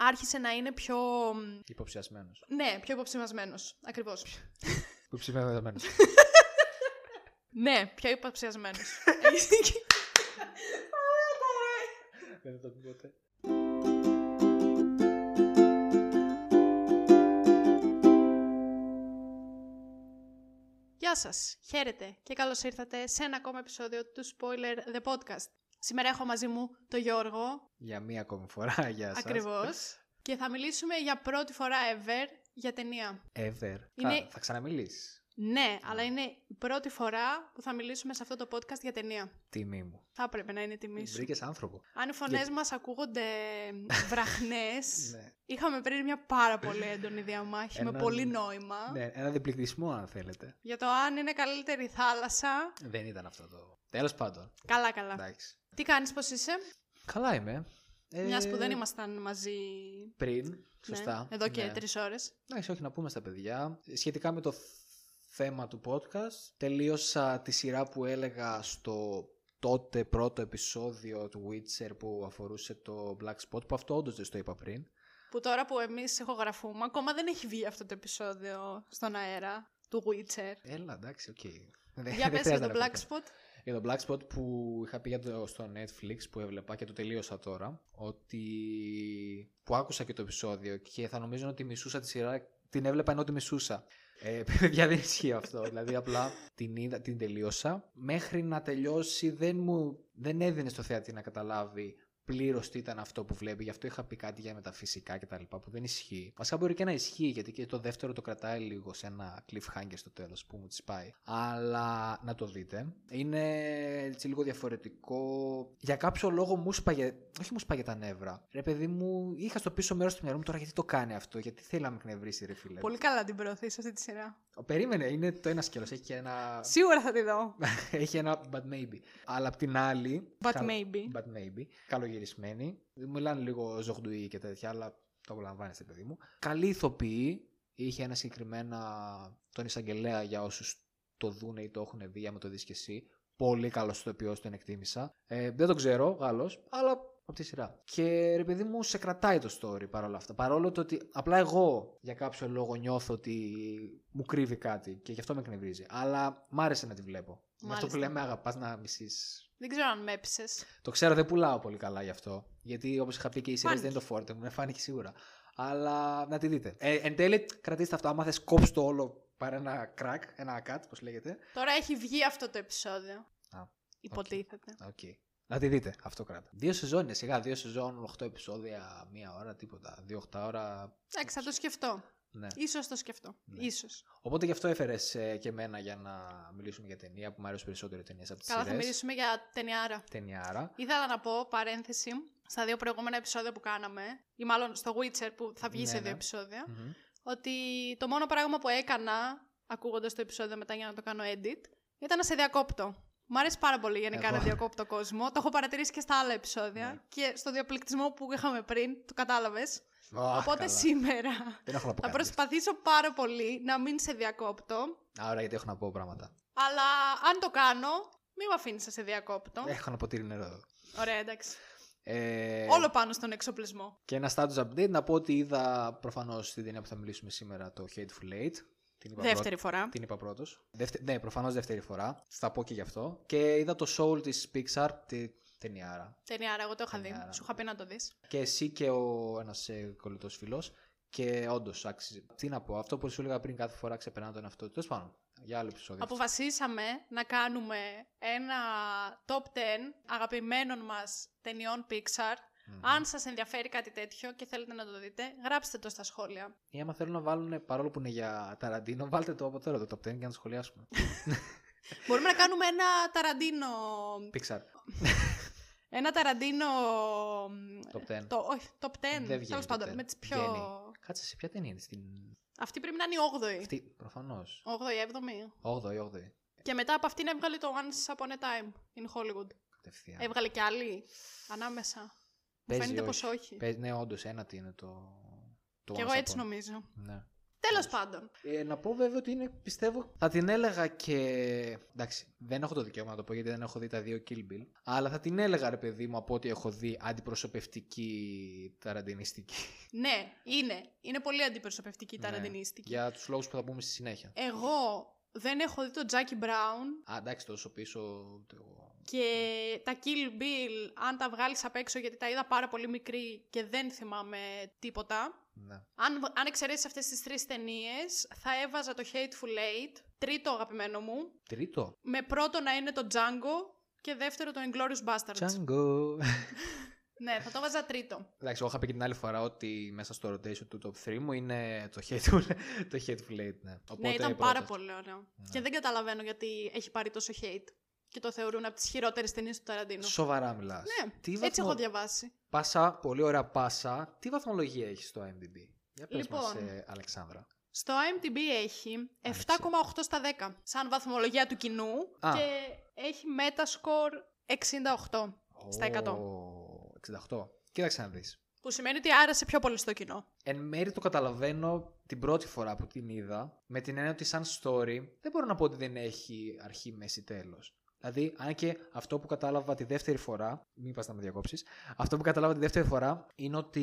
άρχισε να είναι πιο. Υποψιασμένος. Ναι, πιο υποψιασμένος. Ακριβώς. Υποψιασμένος. ναι, πιο υποψιασμένος. Δεν θα το πω ποτέ. Γεια σας, χαίρετε και καλώς ήρθατε σε ένα ακόμα επεισόδιο του Spoiler The Podcast. Σήμερα έχω μαζί μου τον Γιώργο, Για μία ακόμη φορά, γεια σας. ακριβώς, και θα μιλήσουμε για πρώτη φορά ever για ταινία. Ever. Είναι- Θα, θα ξαναμιλήσεις. Ναι, αλλά είναι η πρώτη φορά που θα μιλήσουμε σε αυτό το podcast για ταινία. Τιμή μου. Θα έπρεπε να είναι τιμή σου. Βρήκες άνθρωπο. Αν οι φωνές μας ακούγονται βραχνές, Ναι. είχαμε πριν μια πάρα πολύ έντονη διαμάχη με Έναν- πολύ νόημα. ναι. Ένα διπληκτισμό, αν θέλετε. Για το αν είναι καλύτερη η θάλασσα. Δεν ήταν αυτό το. Τέλος πάντων. Καλά, καλά. Εντάξει. Τι κάνεις, πώς είσαι. Καλά είμαι. Ε, Μιας που δεν ήμασταν μαζί. Πριν. Σωστά. Ναι, εδώ και Ναι. τρεις ώρες. Εντάξει, όχι να πούμε στα παιδιά. Σχετικά με το θέμα του podcast, τελείωσα τη σειρά που έλεγα στο τότε πρώτο επεισόδιο του Witcher που αφορούσε το Black Spot, που αυτό όντως δεν στο είπα πριν. Που τώρα που εμείς ηχογραφούμε, ακόμα δεν έχει βγει αυτό το επεισόδιο στον αέρα του Witcher. Έλα, εντάξει, οκ. Για Δεν- Ε, δεν πες για χρειάζεται το να Black πούμε. Spot. Για το Black Spot που είχα πει για το, στο Netflix που έβλεπα και το τελείωσα τώρα, ότι που άκουσα και το επεισόδιο και θα νομίζω ότι μισούσα τη σειρά, την έβλεπα ενώ τη μισούσα. Ε, παιδιά δεν ισχύει αυτό, δηλαδή απλά την, είδα, την τελείωσα. Μέχρι να τελειώσει δεν, μου, δεν έδινε στο θεατή να καταλάβει πλήρως τι ήταν αυτό που βλέπει. Γι' αυτό είχα πει κάτι για μεταφυσικά κτλ. που δεν ισχύει. Βασικά μπορεί και να ισχύει, γιατί και το δεύτερο το κρατάει λίγο σε ένα cliffhanger στο τέλος που μου τη πάει. Αλλά να το δείτε. Είναι έτσι λίγο διαφορετικό. Για κάποιο λόγο μου σπαγε. Όχι μου σπαγε τα νεύρα. Ρε παιδί μου, είχα στο πίσω μέρος του μυαλού μου τώρα γιατί το κάνει αυτό. Γιατί θέλει να με εκνευρίσει, ρε φίλε. Πολύ καλά την προωθείς αυτή τη σειρά. Περίμενε, είναι το ένα σκέλος. Έχει και ένα. Σίγουρα θα τη δω. έχει ένα but maybe. Αλλά απ' την άλλη. But κα- maybe. But maybe. Καλογυρισμένοι. Μιλάνε λίγο ζωγντουί και τέτοια, αλλά το απολαμβάνεστε, παιδί μου. Καλή ηθοποιή. Είχε ένα συγκεκριμένα τον εισαγγελέα για όσους το δούνε ή το έχουν δει, άμα το δεις και εσύ. Πολύ καλός ηθοποιός, τον εκτίμησα. Ε, δεν τον ξέρω, Γάλλος, αλλά από τη σειρά. Και ρε παιδί μου, σε κρατάει το story παρόλα αυτά. Παρόλο το ότι απλά εγώ για κάποιο λόγο νιώθω ότι μου κρύβει κάτι και γι' αυτό με εκνευρίζει. Αλλά μ' άρεσε να τη βλέπω. Με αυτό που Μάλιστα. λέμε, αγαπάς να μισείς Δεν ξέρω αν με έψε. το ξέρω, δεν πουλάω πολύ καλά γι' αυτό. Γιατί όπως είχα πει και οι σειρέ δεν Φάνηκε. είναι το φόρτε μου, με φάνηκε σίγουρα. Αλλά να τη δείτε. Ε, εν τέλει, κρατήστε αυτό. Άμα θες, κόψτε το όλο. Πάρε ένα crack, ένα cut, πώς λέγεται. Τώρα έχει βγει αυτό το επεισόδιο. Α, Υποτίθεται. Οκ. Να τη δείτε, αυτό κράτα. Δύο σεζόν είναι σιγά, δύο σεζόν, 8 επεισόδια, μία ώρα, τίποτα. Δύο, 8 ώρα. Εντάξει, θα το σκεφτώ. Ναι. Ίσως το σκεφτώ. Ναι. Ίσως. Οπότε γι' αυτό έφερες και εμένα για να μιλήσουμε για ταινία που μου αρέσουν περισσότερο οι ταινίες από τις Καλά, θα σειρές. μιλήσουμε για ταινιάρα. Ταινιάρα. Ήθελα να πω παρένθεση στα δύο προηγούμενα επεισόδια που κάναμε, ή μάλλον στο Witcher που θα βγει Ναι, σε δύο ναι. επεισόδια, Μμμ. ότι το μόνο πράγμα που έκανα, ακούγοντας το επεισόδιο μετά για να το κάνω edit, ήταν να σε διακόπτω. Μ' αρέσει πάρα πολύ γενικά Εγώ. να διακόπτω κόσμο. Το έχω παρατηρήσει και στα άλλα επεισόδια Ναι. και στο διαπληκτισμό που είχαμε πριν, το κατάλαβες. Α, Οπότε καλά. σήμερα Δεν έχω να πω θα κάτι. προσπαθήσω πάρα πολύ να μην σε διακόπτω. Άρα, γιατί έχω να πω πράγματα. Αλλά αν το κάνω, μην με αφήνεις να σε διακόπτω. Έχω ένα ποτήρι νερό εδώ. Ωραία, εντάξει. Ναι. Ε, Όλο πάνω στον εξοπλισμό. Και ένα status update να πω ότι είδα προφανώς την ταινία που θα μιλήσουμε σήμερα, το Hateful Eight. Την είπα πρώτη- Δεύτερη φορά. Την είπα πρώτος. Ναι, προφανώς δεύτερη φορά. Θα πω και γι' αυτό. Και είδα το Soul της Pixar, τη ταινιάρα. Ταινιάρα, εγώ το είχα δει. Ταινιάρα. Σου είχα πει να το δεις. Και εσύ και ο ένας κολλητός φιλό. Και όντως άξιζε. Τι να πω, αυτό που σου έλεγα πριν κάθε φορά ξεπερνά τον εαυτό του. Τέλος πάντων, για άλλο επεισόδιο. Αποφασίσαμε να κάνουμε ένα top 10 αγαπημένων μας ταινιών Pixar. Μμμ. Αν σας ενδιαφέρει κάτι τέτοιο και θέλετε να το δείτε, γράψτε το στα σχόλια. Ή άμα θέλουν να βάλουν, παρόλο που είναι για Ταραντίνο, βάλτε το από τώρα το top 10 για να το σχολιάσουμε. Μπορούμε να κάνουμε ένα ταραντίνο. Pixar, Ένα ταραντίνο. top 10. Το, όχι, top 10. Δεν βγαίνει τέλος top πάντων, 10. με τις πιο. Βγαίνει. Κάτσε σε ποια ταινία είναι, στην Αυτή πρέπει να είναι η 8η. Αυτή, προφανώς. 8η, 7η. 8η, 8η. Και μετά από αυτήν έβγαλε το Once Upon a Time in Hollywood. Κατευθείαν. Έβγαλε κι άλλη ανάμεσα. Μου Παίζει φαίνεται όχι. πω όχι. Πες- ναι, όντως, ένατη είναι το. το Κι Once εγώ έτσι Upon. νομίζω. Ναι. Τέλος πάντων. Ε, να πω βέβαια ότι είναι, πιστεύω, θα την έλεγα και. Εντάξει, δεν έχω το δικαίωμα να το πω γιατί δεν έχω δει τα δύο Kill Bill. Αλλά θα την έλεγα, ρε παιδί μου, από ό,τι έχω δει αντιπροσωπευτική ταραντινιστική. Ναι, είναι. Είναι πολύ αντιπροσωπευτική η Ναι. ταραντινίστικη. Για τους λόγους που θα πούμε στη συνέχεια. Εγώ δεν έχω δει τον Τζάκι Μπράουν Α, εντάξει, τόσο πίσω. ούτε εγώ. και τα Kill Bill, αν τα βγάλεις απ' έξω, γιατί τα είδα πάρα πολύ μικρή και δεν θυμάμαι τίποτα. Ναι. Αν, αν εξαιρέσεις αυτές τις τρεις ταινίες, θα έβαζα το Hateful Eight, τρίτο αγαπημένο μου, Τρίτο. με πρώτο να είναι το Django και δεύτερο το Inglourious Basterds. Django. Ναι, θα το έβαζα τρίτο. Εντάξει, εγώ είχα πει και την άλλη φορά ότι μέσα στο rotation του top 3 μου είναι το hateful, το hateful eight, ναι. Οπότε Ναι. ναι, ήταν πρώτος. πάρα πολύ ωραίο. Και δεν καταλαβαίνω γιατί έχει πάρει τόσο hate και το θεωρούν από τις χειρότερες ταινίες του Ταραντίνου. Σοβαρά μιλάς. Ναι, Τι έτσι βαθμο- έχω διαβάσει. Πάσα, πολύ ωραία πάσα. Τι βαθμολογία έχει στο IMDb. Για πες Λοιπόν. μας, ε, Αλεξάνδρα. Στο IMDb έχει 7,8 στα 10 σαν βαθμολογία του κοινού Α. και έχει Metascore 68 στα 100. Ω, 68. Κοίταξε να δεις. που σημαίνει ότι άρασε πιο πολύ στο κοινό. Εν μέρη το καταλαβαίνω την πρώτη φορά που την είδα, με την έννοια ότι σαν story δεν μπορώ να πω ότι δεν έχει αρχή, μέση, τέλος. Δηλαδή, αν και αυτό που κατάλαβα τη δεύτερη φορά, μην πας να με διακόψεις, αυτό που κατάλαβα τη δεύτερη φορά είναι ότι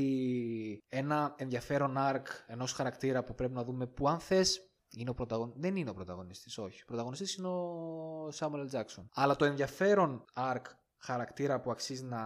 ένα ενδιαφέρον arc ενός χαρακτήρα που πρέπει να δούμε που αν θες είναι ο πρωταγων... δεν είναι ο πρωταγωνιστής, όχι. Ο πρωταγωνιστής είναι ο Samuel L. Jackson. Αλλά το ενδιαφέρον arc χαρακτήρα που αξίζει να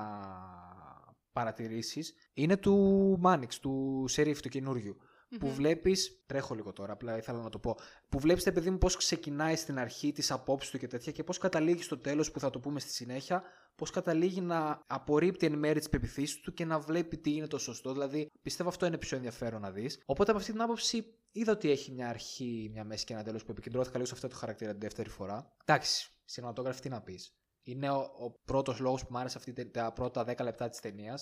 παρατηρήσεις είναι του Mannix, του Sheriff, του καινούριου. Που Μμμ. βλέπεις. Τρέχω λίγο τώρα, απλά ήθελα να το πω. Που βλέπεις, ρε παιδί μου, πώς ξεκινάει στην αρχή τις απόψεις του και τέτοια και πώς καταλήγει στο τέλος που θα το πούμε στη συνέχεια. Πώς καταλήγει να απορρίπτει εν μέρη τις πεπιθήσεις του και να βλέπει τι είναι το σωστό. Δηλαδή, πιστεύω αυτό είναι πιο ενδιαφέρον να δεις. Οπότε από αυτή την άποψη είδα ότι έχει μια αρχή, μια μέση και ένα τέλος που επικεντρώθηκα λίγο σε αυτό το χαρακτήρα την δεύτερη φορά. Εντάξει, σηματόγραφη τι να πεις. Είναι ο, ο πρώτος λόγος που μου άρεσε αυτή, η ται- τα πρώτα 10 λεπτά της ταινίας.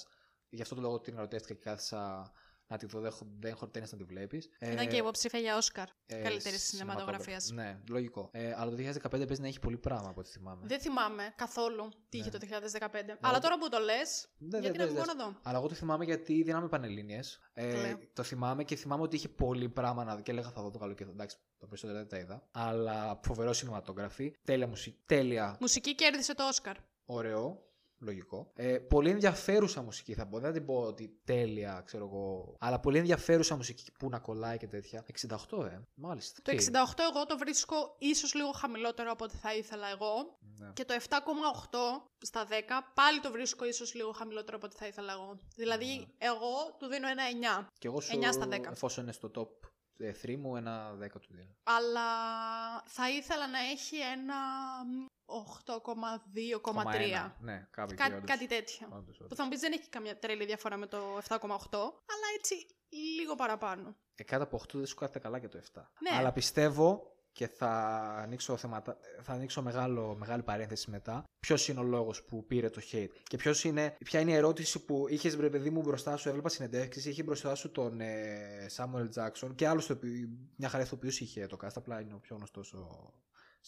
Γι' αυτό το λόγο την ερωτεύτηκα και κάθισα να τη δω. Δεν έχω- δεν χορτένει να τη βλέπεις. Ήταν και υποψήφια για Όσκαρ. ε, καλύτερης σινεματογραφίας. Ναι, λογικό. Ε, αλλά το 2015 παίζει να έχει πολύ πράγμα από ό,τι θυμάμαι. Δεν θυμάμαι καθόλου τι είχε Ναι. το 2015. Αλλά τώρα που το λες, Δεν- γιατί να δεν- μην δεν- μπορώ να δω. Ναι. Αλλά εγώ το θυμάμαι γιατί δίναμε πανελίνε. Το Ε, λέω. το θυμάμαι και θυμάμαι ότι είχε πολύ πράγμα να δω. Και έλεγα θα δω το καλοκαίρι. Εντάξει, τα περισσότερα δεν τα είδα. Αλλά φοβερό σινηματογράφη. Τέλεια μουσική. Τέλεια. Μουσική κέρδισε το Όσκαρ. Ωραίο. Λογικό. Ε, πολύ ενδιαφέρουσα μουσική θα πω. Δεν την πω ότι τέλεια, ξέρω εγώ. Αλλά πολύ ενδιαφέρουσα μουσική που να κολλάει και τέτοια. 68, ε. Μάλιστα. Το Τι. 68 εγώ το βρίσκω ίσως λίγο χαμηλότερο από ό,τι θα ήθελα εγώ. Ναι. Και το 7,8 στα 10 πάλι το βρίσκω ίσως λίγο χαμηλότερο από ό,τι θα ήθελα εγώ. Ναι. Δηλαδή εγώ του δίνω ένα 9. Και εγώ σου, 9 στα 10. εφόσον είναι στο top 3 μου, ένα 10 του δίνω. Αλλά θα ήθελα να έχει ένα 8,2,3. 1. Ναι, κάπου εκεί, Κάτι, όντως. κάτι τέτοιο. Όντως, όντως. Που θα μου πεις δεν έχει καμιά τρελή διαφορά με το 7,8, αλλά έτσι λίγο παραπάνω. Ε, κάτω από 8 δεν σου κάθεται καλά και το 7. Ναι. Αλλά πιστεύω και θα ανοίξω, θεματα... θα ανοίξω μεγάλο, μεγάλη παρένθεση μετά. Ποιος είναι ο λόγος που πήρε το hate και ποιος είναι, ποια είναι η ερώτηση που είχες βρε παιδί μου μπροστά σου. Έβλεπα συνεντεύξεις, είχε μπροστά σου τον ε, Samuel Jackson και άλλου μια χαρά ηθοποιούς είχε το cast. Απλά είναι ο πιο γνωστός ο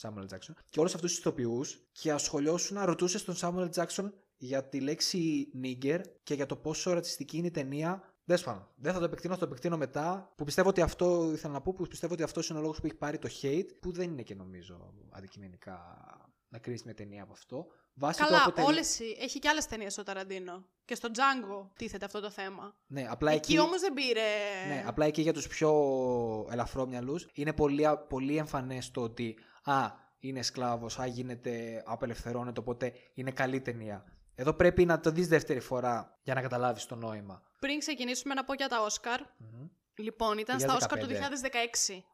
Samuel Jackson. Και όλους αυτούς τους ηθοποιούς και ασχολιώσουν να ρωτούσες τον Samuel Jackson για τη λέξη nigger και για το πόσο ρατσιστική είναι η ταινία. Δέσπανα. Δεν θα το επεκτείνω, θα το επεκτείνω μετά. Που πιστεύω ότι αυτό ήθελα να πω, που πιστεύω ότι αυτός είναι ο λόγος που έχει πάρει το hate, που δεν είναι και νομίζω αντικειμενικά να κρίνεις μια ταινία από αυτό. Βάσει το Καλά, αποτελ... όλες οι- έχει και άλλες ταινίες ο Ταραντίνο. Και στο Django τίθεται αυτό το θέμα. Ναι, απλά Εκεί, εκεί. όμως δεν πήρε. Ναι, απλά εκεί για τους πιο ελαφρόμυαλους είναι πολύ, α- πολύ εμφανές το ότι α, είναι σκλάβος, α, γίνεται, απελευθερώνεται, οπότε είναι καλή ταινία. Εδώ πρέπει να το δεις δεύτερη φορά για να καταλάβεις το νόημα. Πριν ξεκινήσουμε να πω για τα Όσκαρ. Λοιπόν, ήταν στα 2015. Όσκαρ του 2016,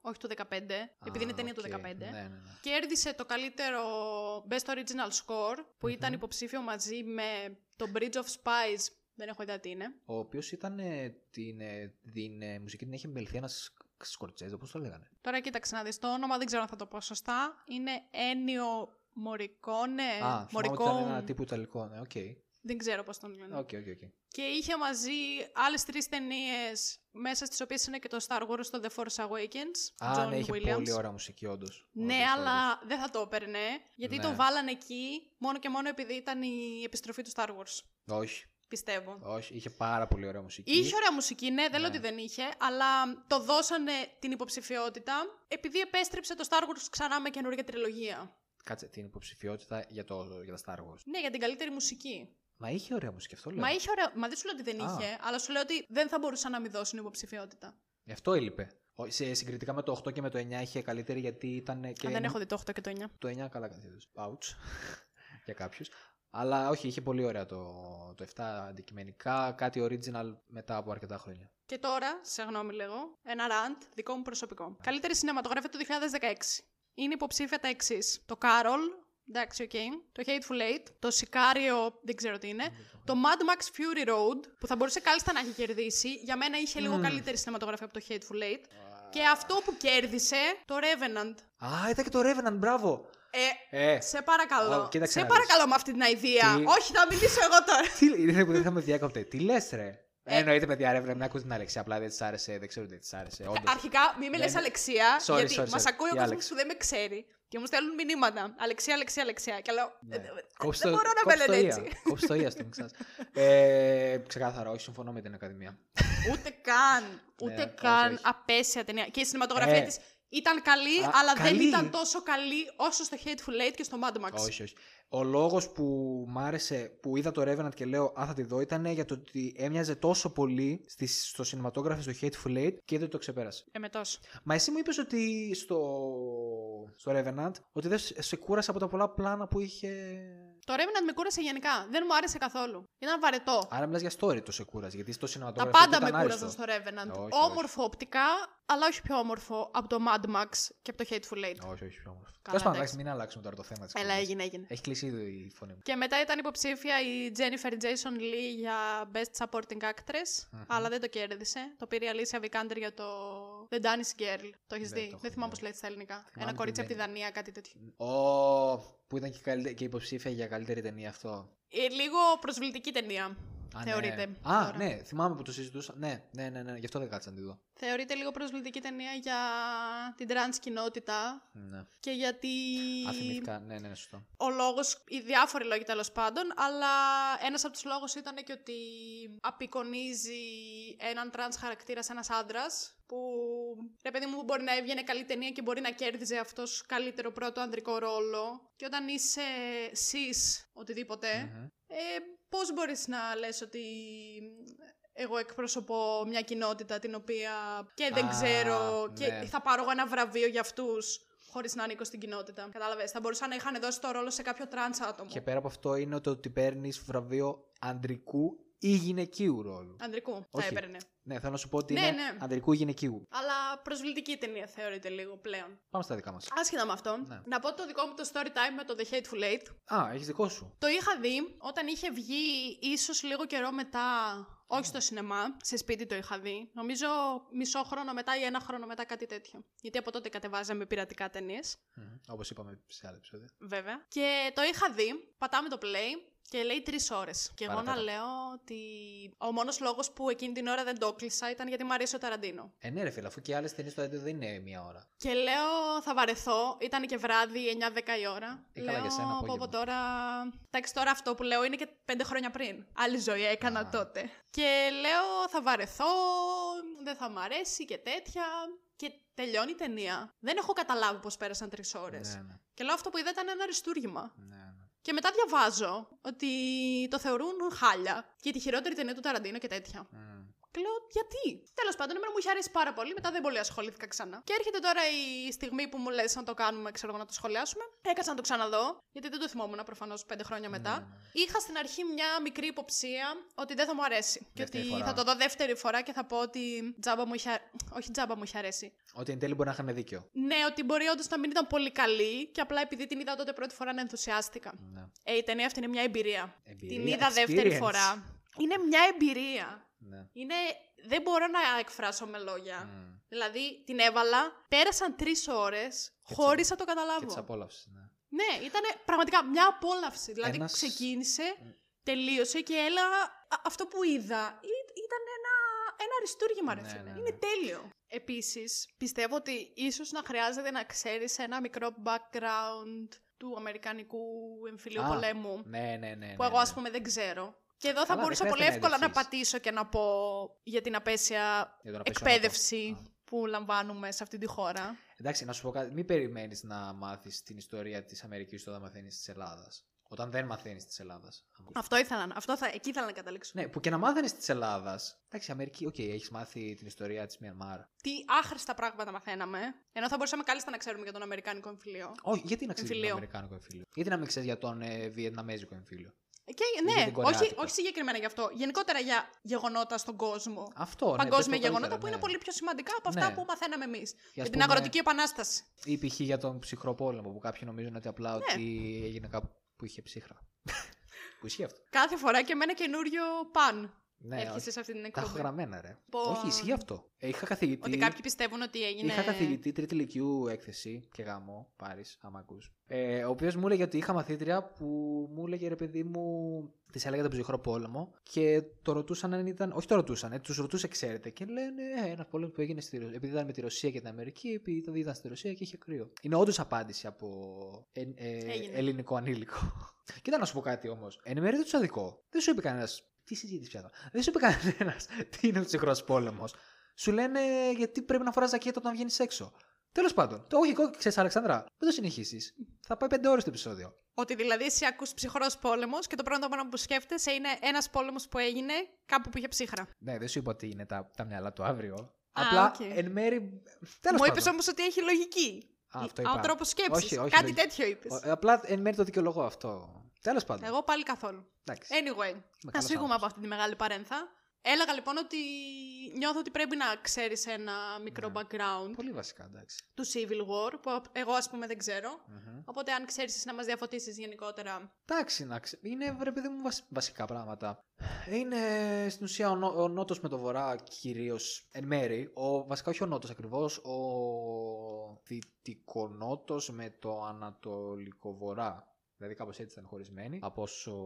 όχι του 2015, επειδή είναι Α, ταινία του οκ. 2015. Ναι, ναι, ναι. Κέρδισε το καλύτερο Best Original Score, που ήταν Μμμ. υποψήφιο μαζί με το Bridge of Spies. Δεν έχω ιδέα τι είναι. Ο οποίος ήταν ε, την, ε, την ε, μουσική την έχει μελθεί ένας Σκορτσέζο, πώς το λέγανε. Τώρα κοίταξε να δεις το όνομα, δεν ξέρω αν θα το πω σωστά. Είναι Ένιο Μωρικόνε. α, θυμάμαι ότι Morricone. ήταν ένα τύπο Ιταλικό, ναι, οκ. Δεν ξέρω πώς τον λένε. Οκ, οκ, οκ. Και είχε μαζί άλλες τρεις ταινίες, μέσα στις οποίες είναι και το Star Wars, το The Force Awakens. Α, John ναι, είχε Williams. πολύ ωραία μουσική, όντως. Ναι, Όντως, αλλά όντως. δεν θα το έπαιρνε. Γιατί Ναι. το βάλανε εκεί μόνο και μόνο επειδή ήταν η επιστροφή του Star Wars. Όχι. πιστεύω. Όχι, είχε πάρα πολύ ωραία μουσική. Είχε ωραία μουσική, ναι, δεν λέω Ναι. ότι δεν είχε, αλλά το δώσανε την υποψηφιότητα επειδή επέστρεψε το Star Wars ξανά με καινούργια τριλογία. Κάτσε την υποψηφιότητα για, το, για τα Star Wars. Ναι, για την καλύτερη μουσική. Μα είχε ωραία μουσική, αυτό λέω. Μα, είχε ωραία... Μα δεν σου λέω ότι δεν Ναι. Α. είχε, αλλά σου λέω ότι δεν θα μπορούσαν να μην δώσουν υποψηφιότητα. Γι' αυτό έλειπε. Ο- Σε, συγκριτικά με το 8 και με το 9 είχε καλύτερη γιατί ήταν. Και Αν δεν έχω δει το 8 και το 9. Το 9 καλά καθίδε. Ouch. για κάποιους. Αλλά όχι, είχε πολύ ωραία το, το 7 αντικειμενικά. Κάτι original μετά από αρκετά χρόνια. Και τώρα, σε γνώμη λέγω, ένα ραντ δικό μου προσωπικό. Καλύτερη σινεματογραφία του 2016. Είναι υποψήφια τα εξής. Το Κάρολ, εντάξει, οκ. Το Hateful Eight. Το Σικάριο, δεν ξέρω τι είναι. Το Mad Max Fury Road, που θα μπορούσε κάλλιστα να έχει κερδίσει. Για μένα είχε λίγο Mm. καλύτερη σινεματογραφία από το Hateful Eight. Και αυτό που κέρδισε, το Revenant. Α, ήταν και το Revenant, μπράβο! Ε, Ε, σε παρακαλώ. Ω, κοίταξε σε να δεις. παρακαλώ με αυτή την ιδέα. Τι- Όχι, θα μιλήσω εγώ τώρα. τι είναι που δεν θα με διάκοπτε. Τι λες, ρε. Ε, Εννοείται, παιδιά, ρε, πρέπει να ακούσει την Αλεξία. Απλά δεν της άρεσε, δεν ξέρω τι της άρεσε. Όντω. ε, Αρχικά, μην με Δεν- λε Αλεξία, Ναι, Sorry, γιατί sorry, μας sorry. ακούει ο Η κόσμος Άλεξ. που δεν με ξέρει και μου στέλνουν μηνύματα. Αλεξία, Αλεξία, Αλεξία. Και λέω. Ναι. «Ε, ε, Κόψε Δεν το- μπορώ να κόψε με λένε το έτσι. ία. Κόψε το ία στον ξάς. Ε, ξεκάθαρα, όχι, συμφωνώ με την Ακαδημία. Ούτε καν. Ούτε Ναι, όχι, καν όχι. απέσια ταινία. Και η σινηματογραφία Ε. της ήταν καλή, Α, αλλά δεν καλή. ήταν τόσο καλή όσο στο Hateful Eight και στο Mad Max. όχι, όχι. Ο λόγος που μ' άρεσε, που είδα το Revenant και λέω Α, θα τη δω, ήταν για το ότι έμοιαζε τόσο πολύ στη, στο σινηματόγραφο στο Hateful Eight και δεν το ξεπέρασε. Ε, με τόσο. Μα εσύ μου είπες ότι στο, στο Revenant ότι δεν σε σε κούρασε από τα πολλά πλάνα που είχε. Το Revenant με κούρασε γενικά. Δεν μου άρεσε καθόλου. Ήταν βαρετό. Άρα μιλάς για story το σε κούρασε, γιατί στο Τα σινηματόγραφο. πάντα ήταν με κούρασαν άριστο. στο Revenant. Όχι, όχι. όμορφο οπτικά, αλλά όχι πιο όμορφο από το Mad Max και από το Hateful Eight. Όχι, όχι, πιο όμορφο. Καλά, Τέλος εντάξει. πάντων, εντάξει, μην αλλάξουμε τώρα το θέμα της. Έλα, έγινε, έγινε. Έχει κλείσει ήδη η φωνή μου. Και μετά ήταν υποψήφια η Jennifer Jason Lee για Best Supporting Actress, Μμμ. αλλά δεν το κέρδισε. Το πήρε η Alicia Vikander για το The Danish Girl. Το έχεις Δεν το δει. έχω Δεν θυμάμαι δει. πώς λέει στα ελληνικά. Θυμάμαι Ένα τη κορίτσι από τη Δανία. Δανία, κάτι τέτοιο. Ω, που ήταν και, καλύτε- και υποψήφια για καλύτερη ταινία αυτό. Ε, λίγο προσβλητική ταινία. Α, θεωρείται. Ναι. Α, τώρα. ναι, θυμάμαι που το συζητούσα. Ναι, ναι, ναι, ναι, γι' αυτό δεν κάτσα να τη δω. Θεωρείται λίγο προσβλητική ταινία για την trans κοινότητα Ναι. και γιατί. Αθυμητικά, ναι, ναι, ναι, σωστό. ο λόγος, οι διάφοροι λόγοι τέλος πάντων, αλλά ένας από τους λόγους ήταν και ότι απεικονίζει έναν τρανς χαρακτήρας ένας άντρας που ρε παιδί μου μπορεί να έβγαινε καλή ταινία και μπορεί να κέρδιζε αυτός καλύτερο πρώτο ανδρικό ρόλο και όταν είσαι cis οτιδήποτε, Μμμ. ε, πώς μπορείς να λες ότι εγώ εκπροσωπώ μια κοινότητα την οποία και δεν Α, ξέρω ναι. και θα πάρω εγώ ένα βραβείο για αυτούς χωρίς να ανήκω στην κοινότητα. Κατάλαβες, θα μπορούσαν να είχαν δώσει το ρόλο σε κάποιο τρανς άτομο. Και πέρα από αυτό είναι το ότι παίρνεις βραβείο αντρικού ή γυναικείου ρόλου. Ανδρικού Όχι. θα έπαιρνε. Ναι, θέλω να σου πω ότι Ναι, είναι ναι. αντρικού ή γυναικείου. Αλλά προσβλητική ταινία θεωρείται λίγο πλέον. Πάμε στα δικά μας. Άσχετα με αυτό, Ναι. να πω το δικό μου το story time με το The Hateful Eight. Α, έχεις δικό σου. Το είχα δει όταν είχε βγει ίσως λίγο καιρό μετά, όχι στο σινεμά, σε σπίτι το είχα δει. Νομίζω μισό χρόνο μετά ή ένα χρόνο μετά κάτι τέτοιο. Γιατί από τότε κατεβάζαμε πειρατικά ταινίες, Όπως είπαμε σε άλλα επεισόδια. βέβαια. Και το είχα δει, πατάμε το play και λέει τρεις ώρες. Και εγώ να Παραπέρα. λέω ότι ο μόνος λόγος που εκείνη την ώρα δεν το κλείσα ήταν γιατί μου αρέσει ο Ταραντίνο. Ε, ναι, ρε φίλε, αφού και άλλες ταινίες στο έντεο δεν είναι μία ώρα. Και λέω θα βαρεθώ, ήταν και βράδυ 9-10 η ώρα. Ε, καλά, λέω για σένα από, απόγευμα. τώρα. Εντάξει, τώρα αυτό που λέω είναι και 5 χρόνια πριν. Άλλη ζωή έκανα Α. τότε. Και λέω θα βαρεθώ, δεν θα μ' αρέσει και τέτοια. Και τελειώνει η ταινία. Δεν έχω καταλάβει πώς πέρασαν τρεις ώρες. Ναι, ναι, Και λέω αυτό που είδα ήταν ένα αριστούργημα. ναι, ναι. Και μετά διαβάζω ότι το θεωρούν χάλια και τη χειρότερη ταινία του Ταραντίνο και τέτοια. Μμ. Και λέω, γιατί. Τέλος πάντων, εμένα μου είχε αρέσει πάρα πολύ. Μετά δεν πολύ ασχολήθηκα ξανά. Και έρχεται τώρα η στιγμή που μου λες να το κάνουμε, ξέρω εγώ, να το σχολιάσουμε. Έκατσα να το ξαναδώ, γιατί δεν το θυμόμουν προφανώς πέντε χρόνια μετά. Ναι, ναι. Είχα στην αρχή μια μικρή υποψία ότι δεν θα μου αρέσει. Και Δεύτερη ότι φορά. θα το δω δεύτερη φορά και θα πω ότι τζάμπα μου είχε. α- Όχι, τζάμπα μου είχε αρέσει. Ότι εν τέλει μπορεί να είχαμε δίκιο. Ναι, ότι μπορεί όντως να μην ήταν πολύ καλή και απλά επειδή την είδα τότε πρώτη φορά να ενθουσιάστηκα. Ναι. Ε, η ταινία αυτή είναι μια εμπειρία. Εμπειρία, την είδα δεύτερη experience. φορά. Είναι μια εμπειρία. Ναι. Είναι. Δεν μπορώ να εκφράσω με λόγια. Μμ. Δηλαδή την έβαλα, πέρασαν τρεις ώρες Και χωρί τις- να το Και της καταλάβω. απόλαυσης. Ναι. Ναι, ήταν πραγματικά μια απόλαυση. Δηλαδή Ένας- Mm. ξεκίνησε, Μ. τελείωσε και έλεγα «Α, αυτό που είδα ή- ήταν ένα, ένα αριστούργημα, ρε Ναι, φίλε. ναι, ναι. Είναι τέλειο. Επίσης, πιστεύω ότι ίσως να χρειάζεται να ξέρεις ένα μικρό background του Αμερικανικού εμφυλίου Α, πολέμου. Ναι, ναι, ναι. που ναι, εγώ, α ναι. πούμε, δεν ξέρω. Και εδώ θα Καλά, μπορούσα δεν πολύ χρειάζεται να εύκολα να ειδηθείς. πατήσω και να πω για την απέσια Για τον απέσιο εκπαίδευση ανατό. Α. που λαμβάνουμε σε αυτή τη χώρα. Εντάξει, να σου πω κάτι. Μην περιμένεις να μάθεις την ιστορία της Αμερικής όταν μαθαίνεις της Ελλάδας. Όταν δεν μαθαίνεις της Ελλάδας. Αυτό ήθελα, να- αυτό θα, εκεί ήθελα να καταλήξω. Ναι, που και να μάθαινες της Ελλάδας. Εντάξει, Αμερική, οκ, έχεις μάθει την ιστορία της Μιανμάρ. Τι άχρηστα πράγματα μαθαίναμε. Ενώ θα μπορούσαμε κάλλιστα να ξέρουμε για τον Αμερικάνικο εμφυλίο. Όχι, γιατί να ξέρεις τον Εμφυλίο. Αμερικάνικο εμφύλιο. Γιατί να μην ξέρεις για τον ε, Βιετναμέζικο εμφύλιο. Και Για ναι, την όχι, Κορεάτικα. όχι συγκεκριμένα γι' αυτό. Γενικότερα για γεγονότα στον κόσμο. Αυτό, ναι, Παγκόσμια πες το γεγονότα καλύτερα, που ναι. είναι πολύ πιο σημαντικά από αυτά Ναι. που μαθαίναμε εμείς. Για, ας την πούμε, αγροτική επανάσταση. Ή π.χ. για τον ψυχρό πόλεμο που κάποιοι νομίζουν ότι απλά Ναι. ότι έγινε κάπου που είχε ψύχρα. που ισχύει αυτό. Κάθε φορά και με ένα καινούριο παν Ναι, έρχεσαι σε αυτή την τα έχω εκπομπή. γραμμένα, ρε. Λοιπόν, Όχι, ισχύει αυτό. Ε, Είχα καθηγητή. Ότι κάποιοι πιστεύουν ότι έγινε. Είχα καθηγητή τρίτη ηλικίου έκθεση και γάμο, πάρεις, άμα ακούς, Ε, ο οποίος μου έλεγε ότι είχα μαθήτρια που μου έλεγε ρε παιδί μου, της έλεγα τον ψυχρό πόλεμο και το ρωτούσαν αν ήταν. Όχι το ρωτούσαν, ε, τους ρωτούσε, ξέρετε. Και λένε ε, ένας πόλεμος που έγινε στη Ρωσία. Επειδή ήταν με τη Ρωσία και την Αμερική, επειδή ήταν, ήταν στη Ρωσία και είχε κρύο. Είναι όντως απάντηση από ε, ε, Έγινε. ελληνικό ανήλικο. Κοίτα να σου πω κάτι όμως. Εν μέρει δεν τους αδικό. Δεν σου είπε κανένας. Τι συζήτηση πια εδώ. Δεν σου είπε κανένας τι είναι ο ψυχρός πόλεμος. Σου λένε γιατί πρέπει να φοράς ζακέτα όταν βγαίνεις έξω. Τέλος πάντων, το λογικό ξέρεις, Αλεξάνδρα, δεν το συνεχίσεις. Θα πάει 5 ώρες το επεισόδιο. Ότι δηλαδή εσύ ακούς ψυχρός πόλεμος και το πρώτο πράγμα που σκέφτεσαι είναι ένας πόλεμος που έγινε κάπου που είχε ψύχρα. Ναι, δεν σου είπα ότι είναι τα, τα μυαλά του αύριο. Απλά οκ. εν μέρη. Τέλος Μου πάντων. είπες όμως ότι έχει λογική. Α, αυτό Ο είπα. τρόπος Όχι, σκέψης. όχι, Κάτι λογική. τέτοιο είπες. Ο- Απλά εν μέρη το δικαιολογώ αυτό. Τέλος πάντων. Εγώ πάλι καθόλου. Εντάξει. Anyway, να φύγουμε καλός άνθρωπος. από αυτή τη μεγάλη παρένθα. Έλεγα λοιπόν ότι νιώθω ότι πρέπει να ξέρεις ένα μικρό Ναι. background Πολύ βασικά, εντάξει. του Civil War, που εγώ ας πούμε δεν ξέρω. Μμμ. Οπότε, αν ξέρεις να μας διαφωτίσεις γενικότερα. Εντάξει, να ξε- είναι ρε παιδί μου βασι- βασικά πράγματα. Είναι στην ουσία ο, νο... ο Νότος με το Βορρά κυρίως εν μέρη. Ο... Βασικά όχι ο Νότος ακριβώς, ο Δυτικονότος με το Ανατολικό Βορρά. Δηλαδή κάπως έτσι ήταν χωρισμένοι, από όσο